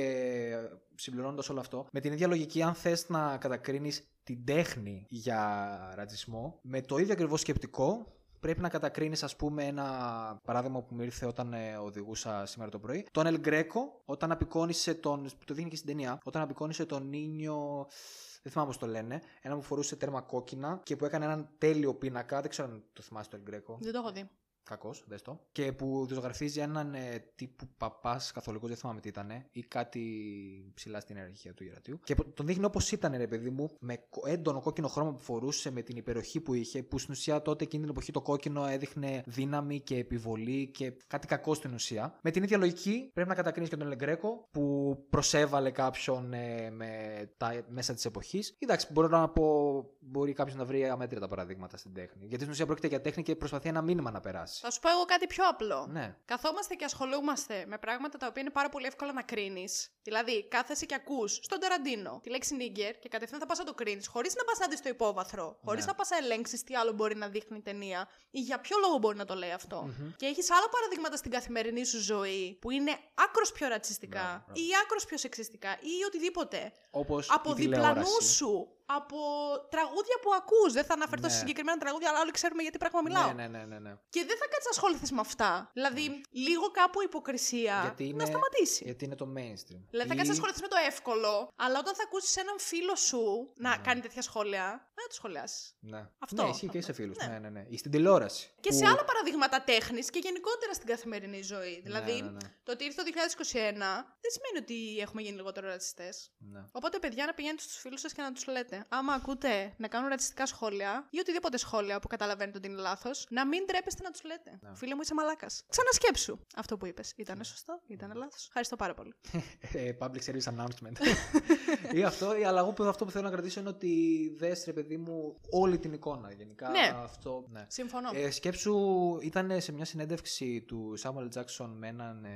συμπληρώνοντας όλο αυτό, με την ίδια λογική, αν θες να κατακρίνεις την τέχνη για ρατσισμό, με το ίδιο ακριβώς σκεπτικό πρέπει να κατακρίνεις, ας πούμε, ένα παράδειγμα που μου ήρθε όταν ε, οδηγούσα σήμερα το πρωί. Τον Ελ Γκρέκο, όταν απεικόνισε τον. που το δίνει και στην ταινία, όταν απεικόνισε τον Νίνιο. Δεν θυμάμαι πώς το λένε. Ένα που φορούσε τέρμα κόκκινα και που έκανε έναν τέλειο πίνακα. Δεν ξέρω αν το θυμάσαι τον Ελ Γκρέκο. Δεν το έχω δει. Κακός, δες το. Και που ζωγραφίζει έναν ε, τύπου παπάς καθολικός, δεν θυμάμαι τι ήταν, ή κάτι ψηλά στην ιεραρχία του Ιερατείου. Και πο- τον δείχνει όπως ήταν, ρε παιδί μου, με κο- έντονο κόκκινο χρώμα που φορούσε, με την υπεροχή που είχε, που στην ουσία τότε εκείνη την εποχή το κόκκινο έδειχνε δύναμη και επιβολή και κάτι κακό στην ουσία. Με την ίδια λογική πρέπει να κατακρίνεις και τον Ελεγκρέκο που προσέβαλε κάποιον ε, με τα μέσα της εποχής. Εντάξει, μπορώ να πω, μπορεί κάποιος να βρει αμέτρητα παραδείγματα στην τέχνη. Γιατί στην ουσία πρόκειται για τέχνη και προσπαθεί ένα μήνυμα να περάσει. Θα σου πω εγώ κάτι πιο απλό. Ναι. Καθόμαστε και ασχολούμαστε με πράγματα τα οποία είναι πάρα πολύ εύκολα να κρίνεις. Δηλαδή, κάθεσαι και ακούς στον Ταραντίνο τη λέξη Νίγκερ και κατευθείαν θα πας να το κρίνεις, χωρίς να πας να δεις το υπόβαθρο, χωρί Ναι. να πας να ελέγξεις τι άλλο μπορεί να δείχνει η ταινία ή για ποιο λόγο μπορεί να το λέει αυτό. Μμμ. Και έχεις άλλα παραδείγματα στην καθημερινή σου ζωή που είναι άκρος πιο ρατσιστικά Μπράβο, μπράβο. ή άκρος πιο σεξιστικά ή οτιδήποτε. Όπως Από Ναι, η διπλανούς τηλεόραση. σου, από τραγούδια που ακούς. Δεν θα αναφερθώ σε Ναι. συγκεκριμένα τραγούδια, αλλά όλοι ξέρουμε γιατί πράγμα μιλάω. Ναι, ναι, ναι, ναι, ναι. Και δεν θα κάτσεις να ασχοληθεί με αυτά. Δηλαδή, λίγο κάπου η υποκρισία Γιατί να είναι- σταματήσει. Γιατί είναι το mainstream. Δηλαδή, θα Ή- κάτσεις να ασχοληθείς με το εύκολο, αλλά όταν θα ακούσεις έναν φίλο σου να Ναι. κάνει τέτοια σχόλια, να το σχολιάσεις. Ναι. Αυτό. Ναι, ισχύει και σε φίλους. Ναι. Ναι. ναι, ναι, Ή στην τηλεόραση. Και σε που- άλλα παραδείγματα τέχνης και γενικότερα στην καθημερινή ζωή. Δηλαδή, Ναι, ναι, ναι. το ότι ήρθε το 2021 δεν σημαίνει ότι έχουμε γίνει λιγότερο ρατσιστές. Ναι. Οπότε, παιδιά, να πηγαίνετε στους φίλους σας και να τους λέτε. Άμα ακούτε να κάνουν ρατσιστικά σχόλια ή οτιδήποτε σχόλια που καταλαβαίνετε ότι είναι λάθος, να μην τρέπεστε να τους λέτε. Ναι. Φίλε μου, είσαι μαλάκας. Ξανασκέψου αυτό που είπες. Ήταν σωστό, Ναι. ήταν λάθος. Ευχαριστώ πάρα πολύ. Ε, Public service announcement. ή αυτό, ή, αλλά εγώ που- αυτό που θέλω να κρατήσω είναι ότι δες ρε παιδί μου όλη την εικόνα γενικά. Ναι. Αυτό, ναι. Συμφωνώ. Ε, σκέψου, ήταν σε μια συνέντευξη του Σάμουελ Τζάξον με έναν ε,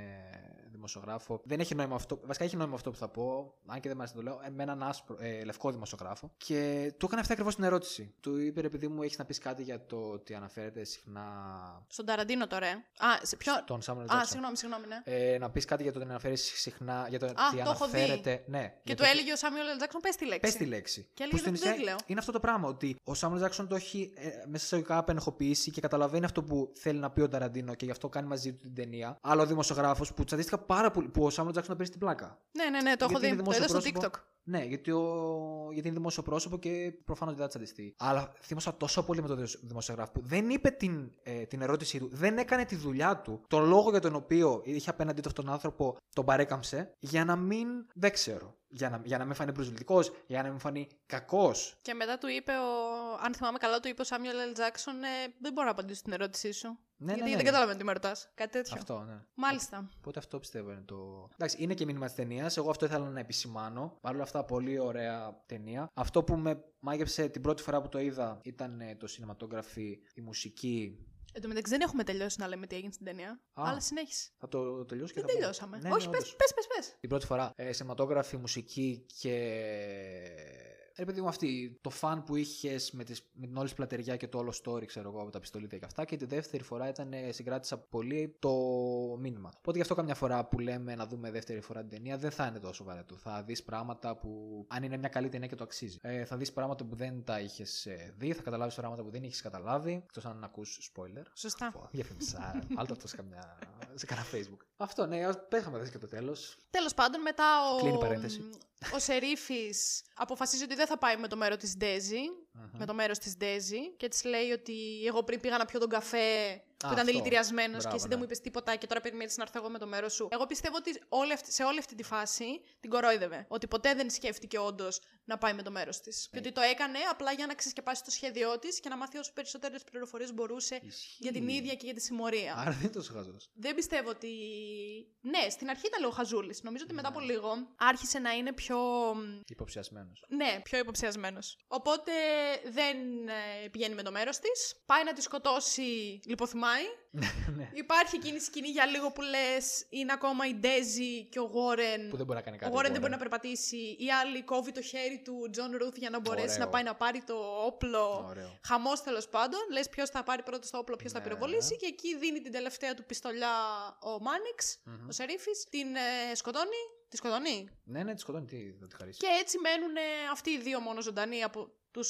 δημοσιογράφο δημοσιογράφο. Δεν έχει νόημα αυτό. Βασικά έχει νόημα αυτό που θα πω, αν και δεν μου αρέσει να το λέω, ε, με έναν άσπρο, ε, λευκό δημοσιογράφο. Και του έκανε αυτή ακριβώς την ερώτηση. Του είπε, επειδή μου έχεις να πεις κάτι για το ότι αναφέρεται συχνά. Στον Ταραντίνο τώρα. ε. Α, σε ποιο. Τον Σάμουελ Α, Τζάξον. συγγνώμη, συγγνώμη, ναι. Ε, να πεις κάτι για το ότι αναφέρεις συχνά. Για το ότι το έχω δει. αναφέρεται. Ναι, Και για του το- έλεγε ο Σάμιουελ Τζάξον, πες τη λέξη. Πες τη λέξη. Και έλεγε, Που στην «Δεν- δεν ουσία λέω». είναι αυτό το πράγμα. Ότι ο Σάμουελ Τζάξον το έχει ε, μέσα σε εισαγωγικά απενεχοποιήσει και καταλαβαίνει αυτό που θέλει να πει ο Ταραντίνο και γι' αυτό κάνει μαζί του την ταινία. Αλλά ο δημοσιογράφος που τσαντίστηκα πάρα πολύ. που ο Σάμουελ Τζάξον τον παίρνει την πλάκα. Ναι, ναι, ναι, το έχω Γιατί δει. είναι Το είδα στο δημόσιο TikTok. πρόσωπο. Ναι, γιατί, ο... γιατί είναι δημόσιο πρόσωπο και προφανώς δεν θα τσαντιστεί. Αλλά θύμωσα τόσο πολύ με τον δημοσιο- δημοσιογράφο που δεν είπε την, ε, την ερώτησή του, δεν έκανε τη δουλειά του, τον λόγο για τον οποίο είχε απέναντί του αυτόν τον άνθρωπο, τον παρέκαμψε, για να μην. Δεν ξέρω. Για να, για να μην φανεί προσβλητικός, για να μην φανεί κακός. Και μετά του είπε, ο... αν θυμάμαι καλά, του είπε ο Σάμιουελ Τζάξον, ε, δεν μπορώ να απαντήσω την ερώτησή σου. Ναι, γιατί ναι, ναι. δεν κατάλαβα τι με ρωτά. Κάτι τέτοιο. Αυτό, ναι. Μάλιστα. Οπότε αυτό πιστεύω είναι το. Εντάξει, είναι και μήνυμα της ταινίας. Εγώ αυτό ήθελα να επισημάνω. Παρ' όλα αυτά, πολύ ωραία ταινία. Αυτό που με μάγεψε την πρώτη φορά που το είδα ήταν ε, το κινηματόγραφι, η μουσική. Εν τω μεταξύ δεν έχουμε τελειώσει να λέμε τι έγινε στην ταινία. Αλλά συνέχισε. Θα το τελειώσω και Δεν θα πούμε. τελειώσαμε. Ναι, ναι, Όχι, πες, όντως. πες, πες. Την πρώτη φορά. Ε, σινηματόγραφη, μουσική και. ε, Ρε παιδί μου, αυτή το φαν που είχες με, τις- με την όλη σου πλατεριά και το όλο story, ξέρω εγώ, από τα πιστολίδια και αυτά. Και τη δεύτερη φορά ήταν ε, συγκράτησα πολύ το μήνυμα. Οπότε γι' αυτό καμιά φορά που λέμε να δούμε δεύτερη φορά την ταινία δεν θα είναι τόσο βαρετό. Θα δεις πράγματα που, αν είναι μια καλή ταινία και το αξίζει, ε, θα δεις πράγματα που δεν τα είχες δει, θα καταλάβεις πράγματα που δεν είχες καταλάβει. Εκτός αν ακούς spoiler. Σωστά. Πω, Διαφημισάρα. Βάλτε αυτό σε, καμιά... σε κανένα facebook. Αυτό ναι, ας- πέχαμε δες και το τέλος. Τέλος πάντων, μετά ο, Κλείνει η παρένθεση. ο Σερίφης αποφασίζει ότι δεν θα πάει με το μέρος της Ντέζη. Με το μέρος της Ντέζη και της λέει ότι εγώ πριν πήγα να πιω τον καφέ που Α, ήταν αυτό. δηλητηριασμένος και Μπράβο, εσύ δεν ναι. μου είπες τίποτα και τώρα περιμένεις να έρθω εγώ με το μέρος σου. Εγώ πιστεύω ότι όλη αυτή, σε όλη αυτή τη φάση την κορόιδευε. Ότι ποτέ δεν σκέφτηκε όντως να πάει με το μέρος της. Ναι. Και ότι το έκανε απλά για να ξεσκεπάσει το σχέδιό της και να μάθει όσο περισσότερες πληροφορίες μπορούσε για την ίδια και για τη συμμορία. Άρα δεν είναι τόσο χαζός. Δεν πιστεύω ότι. Ναι, στην αρχή ήταν λίγο χαζούλης. Νομίζω ότι μετά Ναι. από λίγο άρχισε να είναι πιο. μ, Υποψιασμένος. Ναι, πιο υποψιασμένος. Οπότε δεν ε, πηγαίνει με το μέρος της. Πάει να τη σκοτώσει, λιποθυμάει. ναι. Υπάρχει εκείνη η σκηνή για λίγο που λες: Είναι ακόμα η Ντέζη και ο Γόρεν. Που δεν μπορεί να κάνει Ο κάτι. Γόρεν δεν μπορεί να περπατήσει. Η άλλη κόβει το χέρι του Τζον Ρουθ για να μπορέσει Ωραίο. να πάει να πάρει το όπλο. Ωραίο. Χαμός τέλος πάντων. Λες ποιος θα πάρει πρώτο το όπλο, ποιος θα Ναι. πυροβολήσει. Και εκεί δίνει την τελευταία του πιστολιά ο μανιξ Μμμ. ο Σερίφης. Την ε, σκοτώνει. Τη σκοτώνει. Ναι, ναι, τη σκοτώνει. Τι θα τη χαρίσει. Και έτσι μένουν ε, αυτοί οι δύο μόνο ζωντανοί από τους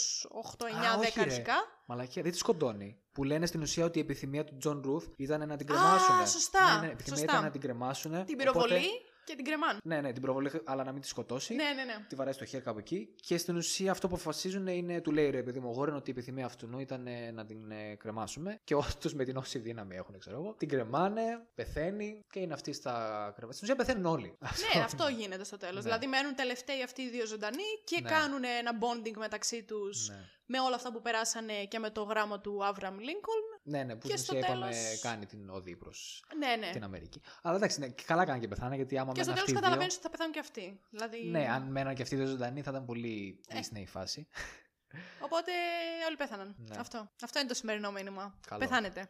8, 9, Α, 10 όχι, ρε. αρχικά. Μαλακία, δεν τη σκοτώνει. Που λένε στην ουσία ότι η επιθυμία του Τζον Ρουθ ήταν να την Α, κρεμάσουν. σωστά, Ναι, ναι, η επιθυμία σωστά. ήταν να την κρεμάσουν. Την πυροβολεί και την κρεμάνε. Ναι, ναι, την πυροβολεί, αλλά να μην τη σκοτώσει. Ναι, ναι, ναι. Τη βαράει στο χέρι κάπου εκεί. Και στην ουσία αυτό που αποφασίζουν είναι, του λέει ρε παιδί μου, ο Γόρεν, ότι η επιθυμία αυτού ήταν ε, να την ε, κρεμάσουμε. Και όντως με την όση δύναμη έχουν, ξέρω εγώ. Την κρεμάνε, πεθαίνει και είναι αυτή στα κρεβάτια. Στην ουσία πεθαίνουν όλοι. Ναι, αυτό γίνεται στο τέλος. Ναι. Δηλαδή μένουν τελευταίοι αυτοί οι δύο ζωντανοί και Ναι. κάνουν ένα bonding μεταξύ τους ναι. με όλα αυτά που περάσανε και με το γράμμα του Άβραμ Λίνκολν. Ναι, ναι, που Και στην στο ουσία είπαμε τέλος- κάνει την οδή προς Ναι, ναι. την Αμερική. Αλλά εντάξει, ναι, και καλά κάνει και πεθάνε γιατί άμα Και στο μέναν τέλος αυτοί οι καταλαβαίνεις ότι θα πεθάνουν και αυτοί. Δηλαδή... δύο... Ναι, αν μέναν και αυτοί δύο ζωντανοί θα ήταν πολύ Ε. Disney η φάση. Οπότε όλοι πέθαναν. Ναι. Αυτό. Αυτό είναι το σημερινό μήνυμα. Καλό. Πεθάνετε.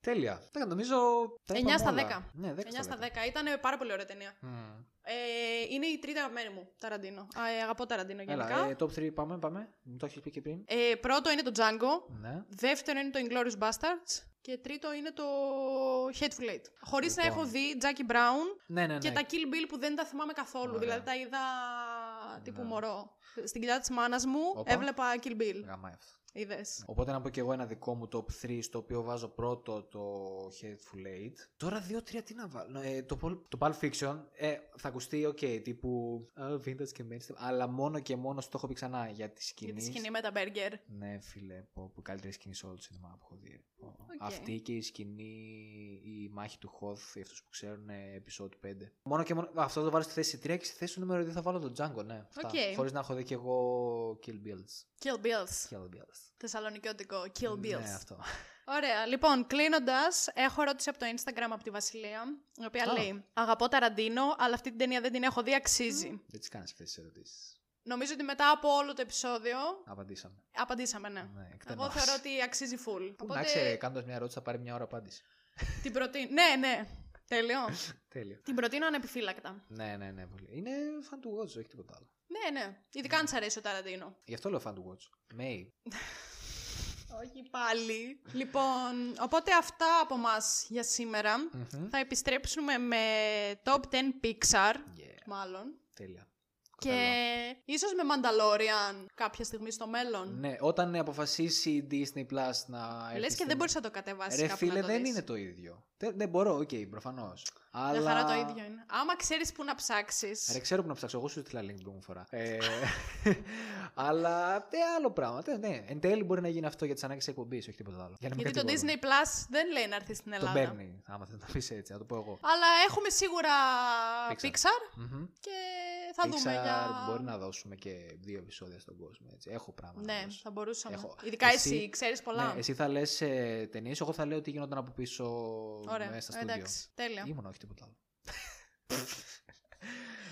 Τέλεια. Δεν νομίζω... τα 9 είπαμε στα όλα. 10. Ναι, 10 9 στα 10. Ήταν πάρα πολύ ωραία ταινία. Μμμ. Ε, είναι η τρίτη αγαπημένη μου, Ταραντίνο. Α, ε, αγαπώ Ταραντίνο γενικά. Έλα, ε, top 3 πάμε, πάμε. Μου το έχεις πει και πριν. Ε, πρώτο είναι το Django. Ναι. Δεύτερο είναι το Inglourious Bastards. Και τρίτο είναι το Hateful Eight. Χωρίς να Λοιπόν. έχω δει Jackie Brown Ναι, ναι, ναι. και τα Kill Bill που δεν τα θυμάμαι καθόλου. Ωραία. Δηλαδή τα είδα τύπου Ναι. μωρό. Στην κοιλιά της μάνας μου Όπα. Ναι. έβλεπα Kill Bill. Γαμάει αυτό. Είδες. Οπότε να πω και εγώ ένα δικό μου top 3 στο οποίο βάζω πρώτο το Hateful Eight. Τώρα 2-3 τι να βάλω. Ε, το, Pul- το Pulp Fiction ε, θα ακουστεί, οκ, τύπου ε, vintage και mainstream, αλλά μόνο και μόνο στο έχω πει ξανά για τη σκηνή. Για τη σκηνή με τα μπέργκερ. Ναι, φίλε, πω, που καλύτερη σκηνή σε όλο το σινεμά που έχω δει. ε, Πω, πω. Οκ. Αυτή και η σκηνή, η μάχη του Hoth, για αυτούς που ξέρουν, ε, επεισόδου 5. Μόνο και μόνο, αυτό το βάλω στη θέση 3 και στη θέση του νούμερο 2 θα βάλω τον Django, ναι. Αυτά. Οκ. Χωρίς να έχω δει και εγώ Kill Bills. Kill Bills. Kill Bills. Θεσσαλονικιώτικο. Kill Bills. Ναι, αυτό. Ωραία. Λοιπόν, κλείνοντας, έχω ερώτηση από το Instagram από τη Βασιλεία, η οποία Α. λέει Αγαπώ Ταραντίνο, αλλά αυτή την ταινία δεν την έχω δει, αξίζει. Δεν τι κάνεις αυτές τις ερωτήσεις. Νομίζω ότι μετά από όλο το επεισόδιο Απαντήσαμε. απαντήσαμε, ναι. Ναι, εκτενώς. Εγώ θεωρώ ότι αξίζει full. Πού να ξέρει, κάνοντα μια ερώτηση θα πάρει μια ώρα απάντηση. την προτείνω. Ναι, ναι. Τέλειο. Τέλειο. Την προτείνω ανεπιφύλακτα. Ναι, ναι, ναι. Πολύ. Είναι fan to watch, όχι τίποτα άλλο. Ναι, ναι. Ειδικά αν τη αρέσει ο Ταραντίνο. Γι' αυτό λέω fan to watch. May. Όχι πάλι. λοιπόν, οπότε αυτά από εμά για σήμερα. Μμμ. Θα επιστρέψουμε με top 10 Pixar, Yeah. μάλλον. Τέλεια. Και ίσως με Mandalorian κάποια στιγμή στο μέλλον. Ναι, όταν αποφασίσει η Disney Plus Λες να. έρθει και στην- δεν μπορείς να το κατεβάσεις ναι. Ρε κάπου φίλε, να το δεν δεις. είναι το ίδιο. Δεν, δεν μπορώ, οκ, okay, προφανώς. Αλλά. Μια χαρά το ίδιο είναι. Άμα ξέρεις που να ψάξεις. Ρε, ξέρω που να ψάξω. Εγώ σου στείλα link την πρώτη φορά. Ε, αλλά ε, άλλο πράγμα. Ε, ναι, εν τέλει μπορεί να γίνει αυτό για τις ανάγκες εκπομπής, όχι τίποτα άλλο. Για να μην γιατί το κατηγορούμε. Disney Plus δεν λέει να έρθει στην Τον Ελλάδα. παίρνει, άμα θες να πεις έτσι, να το πω εγώ. Αλλά έχουμε σίγουρα Pixar. Pixar, Μμμ. και θα δούμε Pixar για... Μπορεί να δώσουμε και δύο επεισόδια στον κόσμο. Έτσι. Έχω πράγματα. να Ναι, δώσω. θα μπορούσαμε. Έχω. Ειδικά Εσύ- εσύ, ξέρεις πολλά. Ναι, εσύ θα λες ε, ταινίες, εγώ θα λέω τι γινόταν από πίσω Ωραία, μέσα στο βίντεο. εντάξει, τέλεια. Ήμουν, όχι τίποτα άλλο.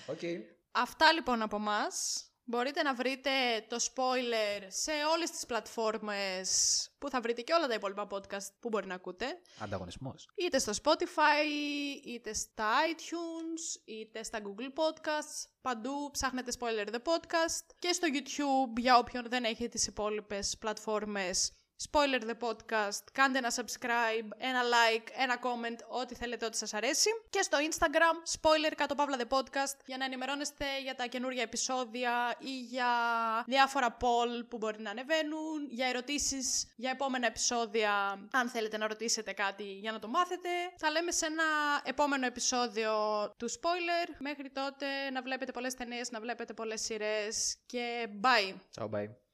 Οκ. Αυτά λοιπόν από εμά. Μπορείτε να βρείτε το spoiler σε όλες τις πλατφόρμες που θα βρείτε και όλα τα υπόλοιπα podcast που μπορεί να ακούτε. Ανταγωνισμός. Είτε στο Spotify, είτε στα iTunes, είτε στα Google Podcasts. Παντού ψάχνετε spoiler the podcast. Και στο YouTube, για όποιον δεν έχει τις υπόλοιπες πλατφόρμες, spoiler the podcast. Κάντε ένα subscribe, ένα like, ένα comment, ό,τι θέλετε, ό,τι σας αρέσει. Και στο Instagram, spoiler κάτω παύλα the podcast, για να ενημερώνεστε για τα καινούργια επεισόδια ή για διάφορα poll που μπορεί να ανεβαίνουν, για ερωτήσεις για επόμενα επεισόδια, αν θέλετε να ρωτήσετε κάτι για να το μάθετε. Θα λέμε σε ένα επόμενο επεισόδιο του spoiler. Μέχρι τότε να βλέπετε πολλές ταινίες, να βλέπετε πολλές σειρές και bye! Ciao, bye.